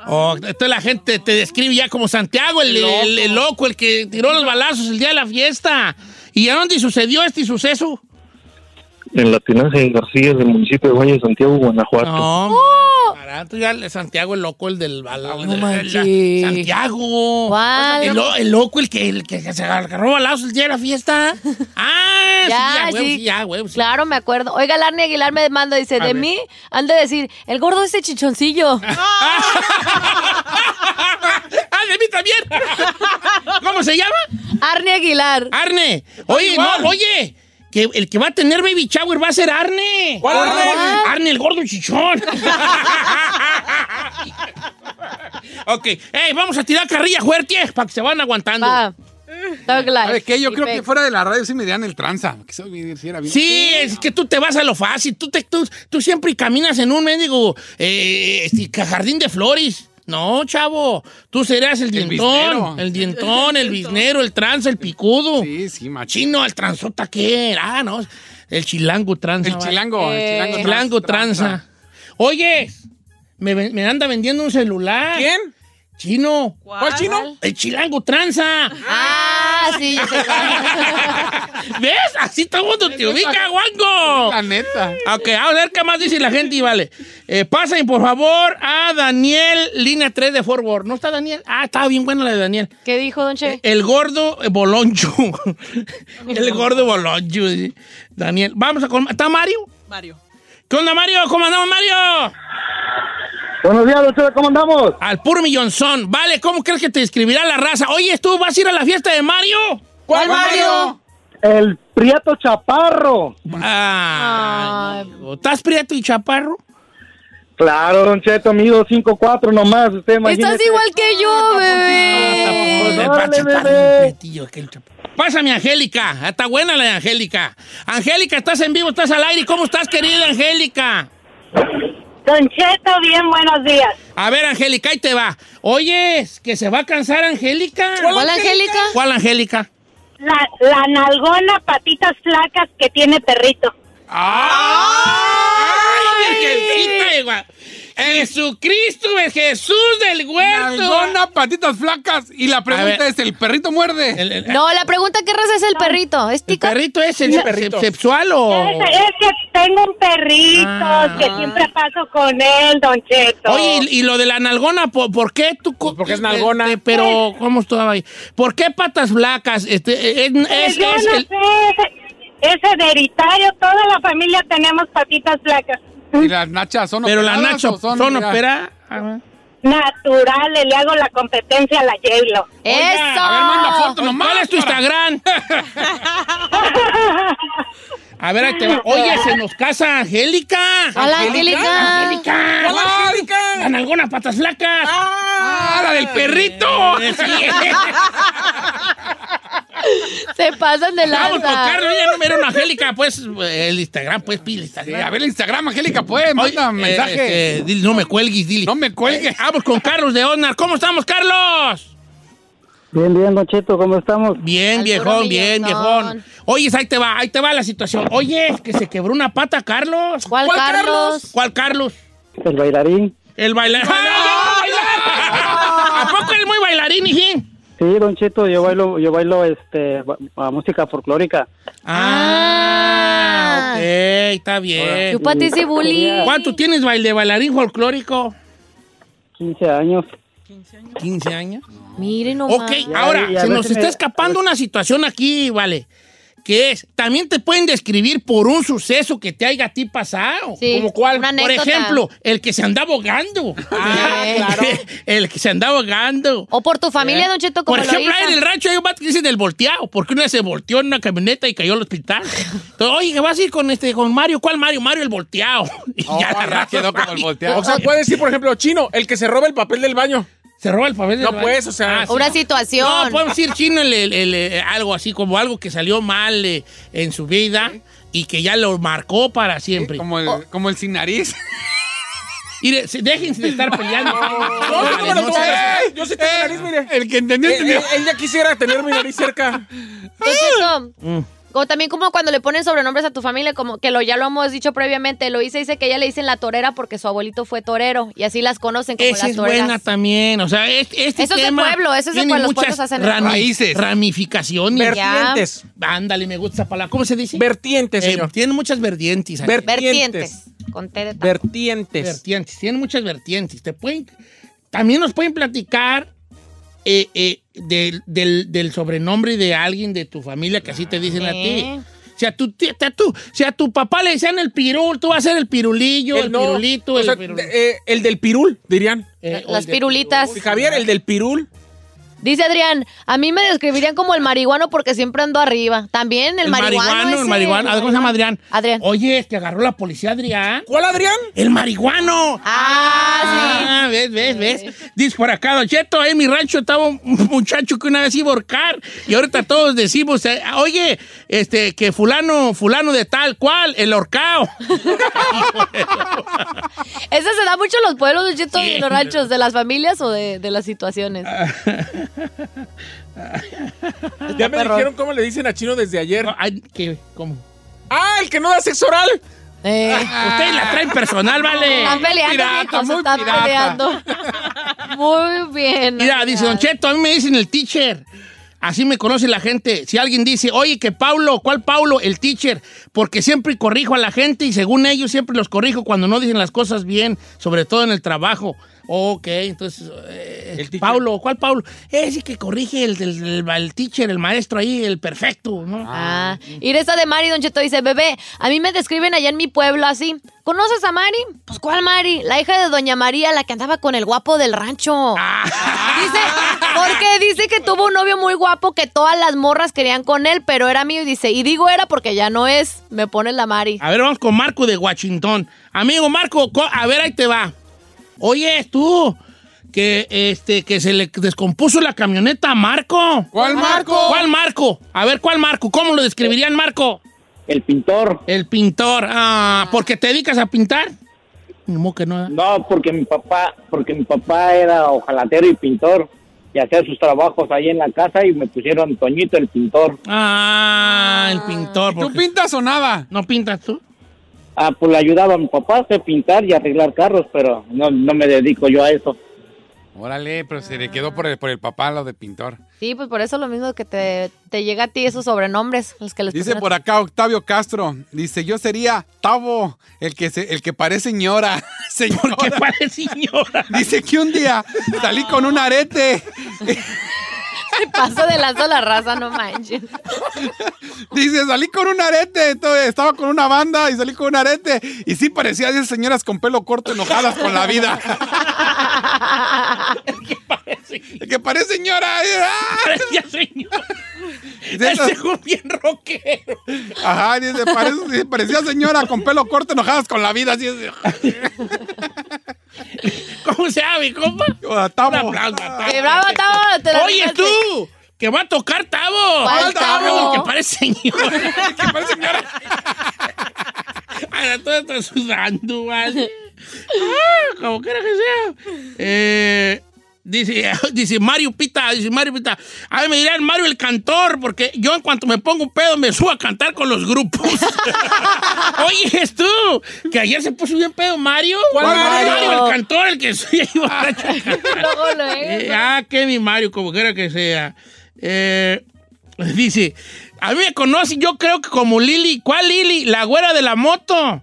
[SPEAKER 3] Oh, entonces la gente te describe ya como Santiago, el el- el loco, el, que tiró los balazos el día de la fiesta. ¿Y a dónde sucedió este suceso?
[SPEAKER 12] En la tinaja de García del municipio de Valle de Santiago, Guanajuato.
[SPEAKER 3] No,
[SPEAKER 5] Oh.
[SPEAKER 3] barato, ya el Santiago el loco, el del balazo. el- el- el- Santiago.
[SPEAKER 5] ¿Cuál?
[SPEAKER 3] El, lo- el loco, el que, el que se agarró balazos el día de la fiesta. Ah, sí, ya,
[SPEAKER 5] Ya,
[SPEAKER 3] huevo,
[SPEAKER 5] sí.
[SPEAKER 3] sí, ya, huevo, sí.
[SPEAKER 5] Claro, me acuerdo. Oiga, Larny Aguilar me manda, dice,
[SPEAKER 3] A
[SPEAKER 5] de
[SPEAKER 3] ver.
[SPEAKER 5] mí han de decir, el gordo ese chichoncillo.
[SPEAKER 3] ¡Ah, de mí también! ¿Cómo se llama?
[SPEAKER 5] Arne Aguilar.
[SPEAKER 3] Arne. Oye, no, oye. que el que va a tener baby shower va a ser Arne.
[SPEAKER 4] ¿Cuál Arne?
[SPEAKER 3] Arne el gordo chichón. ok, hey, vamos a tirar carrilla fuerte para que se van aguantando.
[SPEAKER 7] ¿Sabe qué? Yo creo que fuera de la radio sí me dirían el tranza. Que eso me hiciera bien.
[SPEAKER 3] Sí, es que tú te vas a lo fácil. Tú, te, tú, tú siempre caminas en un mendigo eh, este, ca- jardín de flores. No, chavo. Tú serás el dientón.
[SPEAKER 7] biznero.
[SPEAKER 3] El dientón, el biznero, el tranza, el picudo.
[SPEAKER 7] Sí, sí, machín.
[SPEAKER 3] Chino, el transota, ¿qué era? Ah, no. El chilango tranza.
[SPEAKER 7] El
[SPEAKER 3] va.
[SPEAKER 7] chilango, el Eh. chilango
[SPEAKER 3] tranza.
[SPEAKER 7] tranza.
[SPEAKER 3] Oye, me, ven- me anda vendiendo un celular. ¿Quién? Chino.
[SPEAKER 4] ¿Cuál? ¿Cuál chino?
[SPEAKER 3] El chilango tranza.
[SPEAKER 5] Ah, sí, yo sé
[SPEAKER 3] ¿Ves? Así todo el mundo te ubica, guango. La neta. Ok, a ver qué más dice la gente y vale. Eh, pasen, por favor, a Daniel, línea 3 de Forward. ¿No está Daniel? Ah, estaba bien buena la de Daniel.
[SPEAKER 5] ¿Qué dijo, don Che?
[SPEAKER 3] El gordo eh, boloncho. el gordo boloncho. sí. Daniel, vamos a... colm- ¿Está Mario?
[SPEAKER 2] Mario.
[SPEAKER 3] ¿Qué onda, Mario? ¿Cómo andamos, Mario?
[SPEAKER 9] Buenos días, doctor, ¿cómo andamos?
[SPEAKER 3] Al puro millonzón. Vale, ¿cómo crees que te describirá la raza? Oye, ¿tú vas a ir a la fiesta de Mario?
[SPEAKER 4] ¿Cuál Mario?
[SPEAKER 9] El Prieto Chaparro.
[SPEAKER 3] Ah, amigo. ¿Estás prieto y chaparro?
[SPEAKER 9] Claro, Don Cheto, mido 5'4 nomás, usted
[SPEAKER 5] Estás
[SPEAKER 9] imagínese.
[SPEAKER 5] igual que
[SPEAKER 3] Ah,
[SPEAKER 5] yo, bebé.
[SPEAKER 3] El
[SPEAKER 9] Pues Órale,
[SPEAKER 3] chaparro,
[SPEAKER 9] bebé.
[SPEAKER 3] el prietillo, aquel chaparro. Pásame, Angélica. Está buena la de Angélica. Angélica, estás en vivo, estás al aire. ¿Cómo estás, querida Angélica?
[SPEAKER 13] Don Cheto, bien, buenos días.
[SPEAKER 3] A ver, Angélica, ahí te va. Oye, que se va a cansar Angélica.
[SPEAKER 5] ¿Cuál Angélica?
[SPEAKER 3] ¿Cuál Angélica?
[SPEAKER 13] La, la nalgona, patitas flacas que tiene perrito.
[SPEAKER 3] ¡Ay, Virgencita de Gua- ¡Jesucristo, el Jesús del huerto!
[SPEAKER 7] Nalgona, patitas flacas. Y la pregunta es, ¿el perrito muerde?
[SPEAKER 5] No, la pregunta, ¿qué raza es el perrito? ¿Es tico?
[SPEAKER 3] ¿Perrito es Ah. el
[SPEAKER 5] No.
[SPEAKER 3] perrito. sexual o...?
[SPEAKER 13] Es, es que tengo un perrito
[SPEAKER 3] Ah.
[SPEAKER 13] que siempre paso con él, Don Cheto.
[SPEAKER 3] Oye, y, y lo de la nalgona, ¿por, por qué tú...? porque
[SPEAKER 4] es nalgona.
[SPEAKER 3] pero, ¿cómo estaba ahí? ¿Por qué patas flacas? Este, eh,
[SPEAKER 13] Pues
[SPEAKER 3] es,
[SPEAKER 13] yo
[SPEAKER 3] es
[SPEAKER 13] no
[SPEAKER 3] el-
[SPEAKER 13] sé, es hereditario, toda la familia tenemos patitas flacas.
[SPEAKER 7] ¿Y las nachas son
[SPEAKER 3] Pero las
[SPEAKER 7] operadas
[SPEAKER 3] nachas
[SPEAKER 7] o son,
[SPEAKER 3] son
[SPEAKER 7] mira?
[SPEAKER 3] operadas.
[SPEAKER 13] Naturales, le hago la competencia a la J-Lo.
[SPEAKER 5] ¡Eso!
[SPEAKER 3] A ver, manda foto nomás. ¿Cuál es tu Instagram? A ver, ahí te va. Oye, se nos casa Angélica.
[SPEAKER 5] Hola, Angélica.
[SPEAKER 3] Angélica.
[SPEAKER 5] Hola,
[SPEAKER 3] Angélica. Tan algunas patas flacas. Ah, la del perrito.
[SPEAKER 5] Se pasan de
[SPEAKER 3] Vamos por
[SPEAKER 5] lanza.
[SPEAKER 3] Carlos, ya no me dieron a Angélica, pues el Instagram, pues pide el Instagram.
[SPEAKER 7] a ver el Instagram, Angélica, pues, manda
[SPEAKER 3] Oye,
[SPEAKER 7] mensaje.
[SPEAKER 3] eh, este, dile, no me cuelgues, dile. No me cuelgues. vamos con Carlos de Onar. ¿Cómo estamos, Carlos?
[SPEAKER 9] Bien, bien, Don Cheto, ¿cómo estamos?
[SPEAKER 3] Bien, viejón, bien, viejón. Oye, ahí te va, ahí te va la situación. Oye, es que se quebró una pata, Carlos.
[SPEAKER 5] ¿Cuál Carlos?
[SPEAKER 3] ¿Cuál Carlos?
[SPEAKER 9] El bailarín.
[SPEAKER 3] El bailarín. ¿A poco es muy bailarín, hijín?
[SPEAKER 9] Sí, Don Cheto, yo bailo, yo bailo este, ba- a música folclórica.
[SPEAKER 3] Ah, ok, está bien.
[SPEAKER 5] Chúpate ese bullying.
[SPEAKER 3] ¿Cuánto tienes baile de bailarín folclórico?
[SPEAKER 9] 15 años.
[SPEAKER 3] 15 años.
[SPEAKER 5] Miren nomás.
[SPEAKER 3] Ok, ahora, se nos está escapando una situación aquí, vale. Que es, también te pueden describir por un suceso que te haya a ti pasado.
[SPEAKER 5] Sí, ¿Cómo cuál? una
[SPEAKER 3] por
[SPEAKER 5] anécdota. Ah,
[SPEAKER 3] ejemplo, el que se andaba ahogando. el que se andaba ahogando.
[SPEAKER 5] O por tu familia, Don Oh, Cheto, como
[SPEAKER 3] Eh, Por
[SPEAKER 5] lo
[SPEAKER 3] ejemplo, ahí en
[SPEAKER 5] hizo.
[SPEAKER 3] el rancho hay un vato que dicen el volteado, porque una se volteó en una camioneta y cayó al hospital. Entonces, Oye, ¿qué vas a ir con este, con Mario? ¿Cuál Mario? Mario el volteado. Y ya la raza
[SPEAKER 7] Oh, quedó como el
[SPEAKER 3] sabe.
[SPEAKER 7] volteado.
[SPEAKER 4] O sea, puede decir, por ejemplo, chino, el que se roba el papel del baño.
[SPEAKER 3] Se roba el papel del
[SPEAKER 4] No,
[SPEAKER 3] baño.
[SPEAKER 4] pues, o sea,
[SPEAKER 3] Ah, sí.
[SPEAKER 5] Una situación.
[SPEAKER 3] No, podemos decir chino el- el- el- eh, algo así, como algo que salió mal eh, en su vida y que ya lo marcó para siempre.
[SPEAKER 7] Como
[SPEAKER 4] Oh.
[SPEAKER 7] el, como el sin nariz.
[SPEAKER 3] Mire, se- déjense de estar peleando.
[SPEAKER 4] No, yo no me lo
[SPEAKER 3] No,
[SPEAKER 4] tomo.
[SPEAKER 3] se-
[SPEAKER 4] Yo sí tengo nariz, mire.
[SPEAKER 7] El que entendió,
[SPEAKER 4] Eh,
[SPEAKER 7] entendió.
[SPEAKER 4] eh, Él ya quisiera tener mi nariz cerca.
[SPEAKER 5] Don
[SPEAKER 3] Mm.
[SPEAKER 5] Cheto, O también como cuando le ponen sobrenombres a tu familia, como que lo ya lo hemos dicho previamente, lo hice, dice que ella le dicen la torera porque su abuelito fue torero y así las conocen como
[SPEAKER 3] Esa
[SPEAKER 5] las
[SPEAKER 3] es
[SPEAKER 5] toreras.
[SPEAKER 3] buena también. O sea, es- este
[SPEAKER 5] Eso es de
[SPEAKER 3] tema
[SPEAKER 5] pueblo, eso es de
[SPEAKER 3] tiene
[SPEAKER 5] pueblo, los
[SPEAKER 3] muchas
[SPEAKER 5] pueblos hacen
[SPEAKER 3] rami-
[SPEAKER 5] eso.
[SPEAKER 7] Raíces.
[SPEAKER 3] Ramificaciones.
[SPEAKER 4] Vertientes.
[SPEAKER 3] Ándale, me gusta esa palabra. ¿Cómo se dice?
[SPEAKER 4] Vertientes,
[SPEAKER 3] Eh,
[SPEAKER 4] señor.
[SPEAKER 3] tiene muchas vertientes. ahí.
[SPEAKER 5] Vertientes. Con T de ta-
[SPEAKER 4] Vertientes.
[SPEAKER 3] vertientes. Tienen muchas vertientes. Te pueden, también nos pueden platicar eh, eh, del, del- del sobrenombre de alguien de tu familia que así te dicen a ti.
[SPEAKER 5] Sí.
[SPEAKER 3] Si a, tu, tía- te- tú- si a tu papá le decían el pirul, tú vas a ser el pirulillo, el,
[SPEAKER 4] no,
[SPEAKER 3] pirulito,
[SPEAKER 4] o
[SPEAKER 3] el
[SPEAKER 4] sea, eh,
[SPEAKER 3] pirul-
[SPEAKER 4] de- eh, el del pirul, dirían.
[SPEAKER 3] eh, o
[SPEAKER 5] Las
[SPEAKER 3] el de-
[SPEAKER 5] pirulitas.
[SPEAKER 4] Javier, el del pirul.
[SPEAKER 5] Dice Adrián, a mí me describirían como el marihuano porque siempre ando arriba. También el,
[SPEAKER 3] El
[SPEAKER 5] marihuano.
[SPEAKER 3] marihuano,
[SPEAKER 5] ese,
[SPEAKER 3] el marihuano. ¿Cómo se llama Adrián?
[SPEAKER 5] Adrián.
[SPEAKER 3] Oye, es que agarró la policía Adrián.
[SPEAKER 4] ¿Cuál Adrián?
[SPEAKER 3] El marihuano.
[SPEAKER 5] Ah,
[SPEAKER 3] Ah, ves, ves, ves. Dice por acá, Don Cheto, en mi rancho estaba un muchacho que una vez iba a ahorcar y ahorita todos decimos, eh, oye, este, que fulano, fulano de tal cual, el horcao.
[SPEAKER 5] Ese se da mucho en los pueblos, Don Cheto, y en los ranchos, de las familias o de, de las situaciones.
[SPEAKER 3] Ah.
[SPEAKER 4] Ya me dijeron cómo le dicen a Chino desde ayer.
[SPEAKER 7] Ah.
[SPEAKER 3] ¿Cómo?
[SPEAKER 4] ¡Ah, el que no da sexo oral!
[SPEAKER 5] Eh.
[SPEAKER 3] Ustedes la traen personal, vale.
[SPEAKER 5] Están peleando,
[SPEAKER 3] Pirata,
[SPEAKER 5] chicos,
[SPEAKER 3] muy
[SPEAKER 5] están
[SPEAKER 3] pirata.
[SPEAKER 5] peleando. Muy bien.
[SPEAKER 3] Mira, dice Don Cheto, a mí me dicen el teacher. Así me conoce la gente. Si alguien dice, oye, que Paulo, ¿cuál Paulo? El teacher. Porque siempre corrijo a la gente y según ellos siempre los corrijo cuando no dicen las cosas bien, sobre todo en el trabajo. Ok, entonces, eh, Paulo, ¿cuál Paulo? Ese que corrige el, del del- el teacher, el maestro ahí, el perfecto, ¿no?
[SPEAKER 5] Ah, Iresa de Mari, Don Cheto dice, bebé, a mí me describen allá en mi pueblo así. ¿Conoces a Mari? Pues, ¿cuál Mari? La hija de Doña María, la que andaba con el guapo del rancho.
[SPEAKER 3] Ah.
[SPEAKER 5] Dice, porque dice que tuvo un novio muy guapo que todas las morras querían con él, pero era mío. Y dice, y digo era porque ya no es. Me pone la Mari.
[SPEAKER 3] A ver, vamos con Marco de Washington. Amigo Marco, co- a ver, ahí te va. Oye, tú, que, este, que se le descompuso la camioneta a Marco.
[SPEAKER 4] ¿Cuál Marco?
[SPEAKER 3] ¿Cuál Marco? A ver, ¿cuál Marco? ¿Cómo lo describirían, Marco?
[SPEAKER 8] El pintor.
[SPEAKER 3] El pintor. Ah, ¿porque te dedicas a pintar? No, que no. ¿eh?
[SPEAKER 8] No, porque mi papá, porque mi papá era ojalatero y pintor y hacía sus trabajos ahí en la casa y me pusieron Toñito el pintor.
[SPEAKER 3] Ah, el pintor. ¿Tú
[SPEAKER 8] pintas o nada?
[SPEAKER 3] ¿No pintas tú?
[SPEAKER 8] Ah, pues le ayudaba a mi papá a hacer pintar y arreglar carros, pero no, no me dedico yo a eso.
[SPEAKER 7] Órale, pero se le quedó por el, por el papá lo de pintor.
[SPEAKER 5] Sí, pues por eso lo mismo que te, te llega a ti esos sobrenombres, los que les
[SPEAKER 7] Dice
[SPEAKER 5] pusieron a
[SPEAKER 7] por acá Octavio Castro, dice, yo sería Tavo, el que, se- el que parece señora. señora. ¿Por qué
[SPEAKER 3] parece señora?
[SPEAKER 7] Dice que un día salí con un arete.
[SPEAKER 5] Se pasó de lanza la raza, no manches.
[SPEAKER 7] Dice, salí con un arete. Entonces, Estaba con una banda y salí con un arete. Y sí parecía de esas señoras con pelo corto enojadas con la vida. El que parece señora. eh, ah".
[SPEAKER 3] Parecía señora. bien rockero.
[SPEAKER 7] Ajá, dice, parece- dice, parecía señora con pelo corto enojadas con la vida. Así es.
[SPEAKER 3] ¿Cómo se llama, mi compa?
[SPEAKER 7] Tavo.
[SPEAKER 3] Un aplauso a Tavo.
[SPEAKER 5] ¡Qué bravo, Tavo! Te la
[SPEAKER 3] Oye,
[SPEAKER 5] rifaste.
[SPEAKER 3] tú, que va a tocar Tavo.
[SPEAKER 5] ¿Cuál Tavo?
[SPEAKER 3] Que parece señor. que parece señora. Ahora todo está sudando, ¿vale? Ah, como quiera que sea. Eh, dice, dice Mario Pita, dice Mario Pita. A mí me dirán Mario el cantor, porque yo en cuanto me pongo un pedo me subo a cantar con los grupos. Oye, es tú, que ayer se puso bien pedo Mario.
[SPEAKER 4] ¿Cuál Mario?
[SPEAKER 3] el cantor, el que soy ahí borracho.
[SPEAKER 5] Luego, luego.
[SPEAKER 3] Eh, ah, que mi Mario, como quiera que sea. Eh, dice, a mí me conoce, yo creo que como Lili. ¿Cuál Lili? La güera de la moto.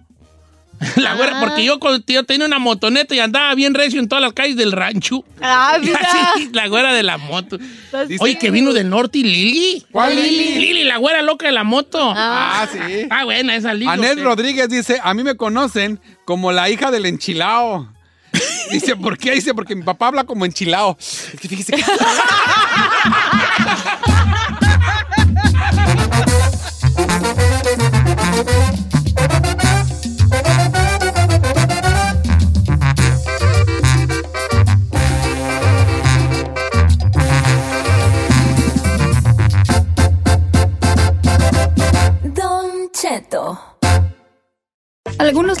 [SPEAKER 3] La güera, porque yo, cuando- yo tenía una motoneta y andaba bien recio en todas las calles del rancho.
[SPEAKER 5] Ah, mira.
[SPEAKER 3] Así, la güera de la moto.
[SPEAKER 5] Dice-
[SPEAKER 3] Oye, que vino del norte y Lili.
[SPEAKER 7] ¿Cuál Lili?
[SPEAKER 3] Lili, la güera loca de la moto. Ah,
[SPEAKER 7] sí.
[SPEAKER 3] Ah, buena esa Lili.
[SPEAKER 7] Anel
[SPEAKER 3] usted.
[SPEAKER 7] Rodríguez dice, a mí me conocen como la hija del enchilao. Dice, ¿por qué? Dice, porque mi papá habla como enchilao. Es que fíjese que...
[SPEAKER 10] Don Cheto.
[SPEAKER 14] Algunos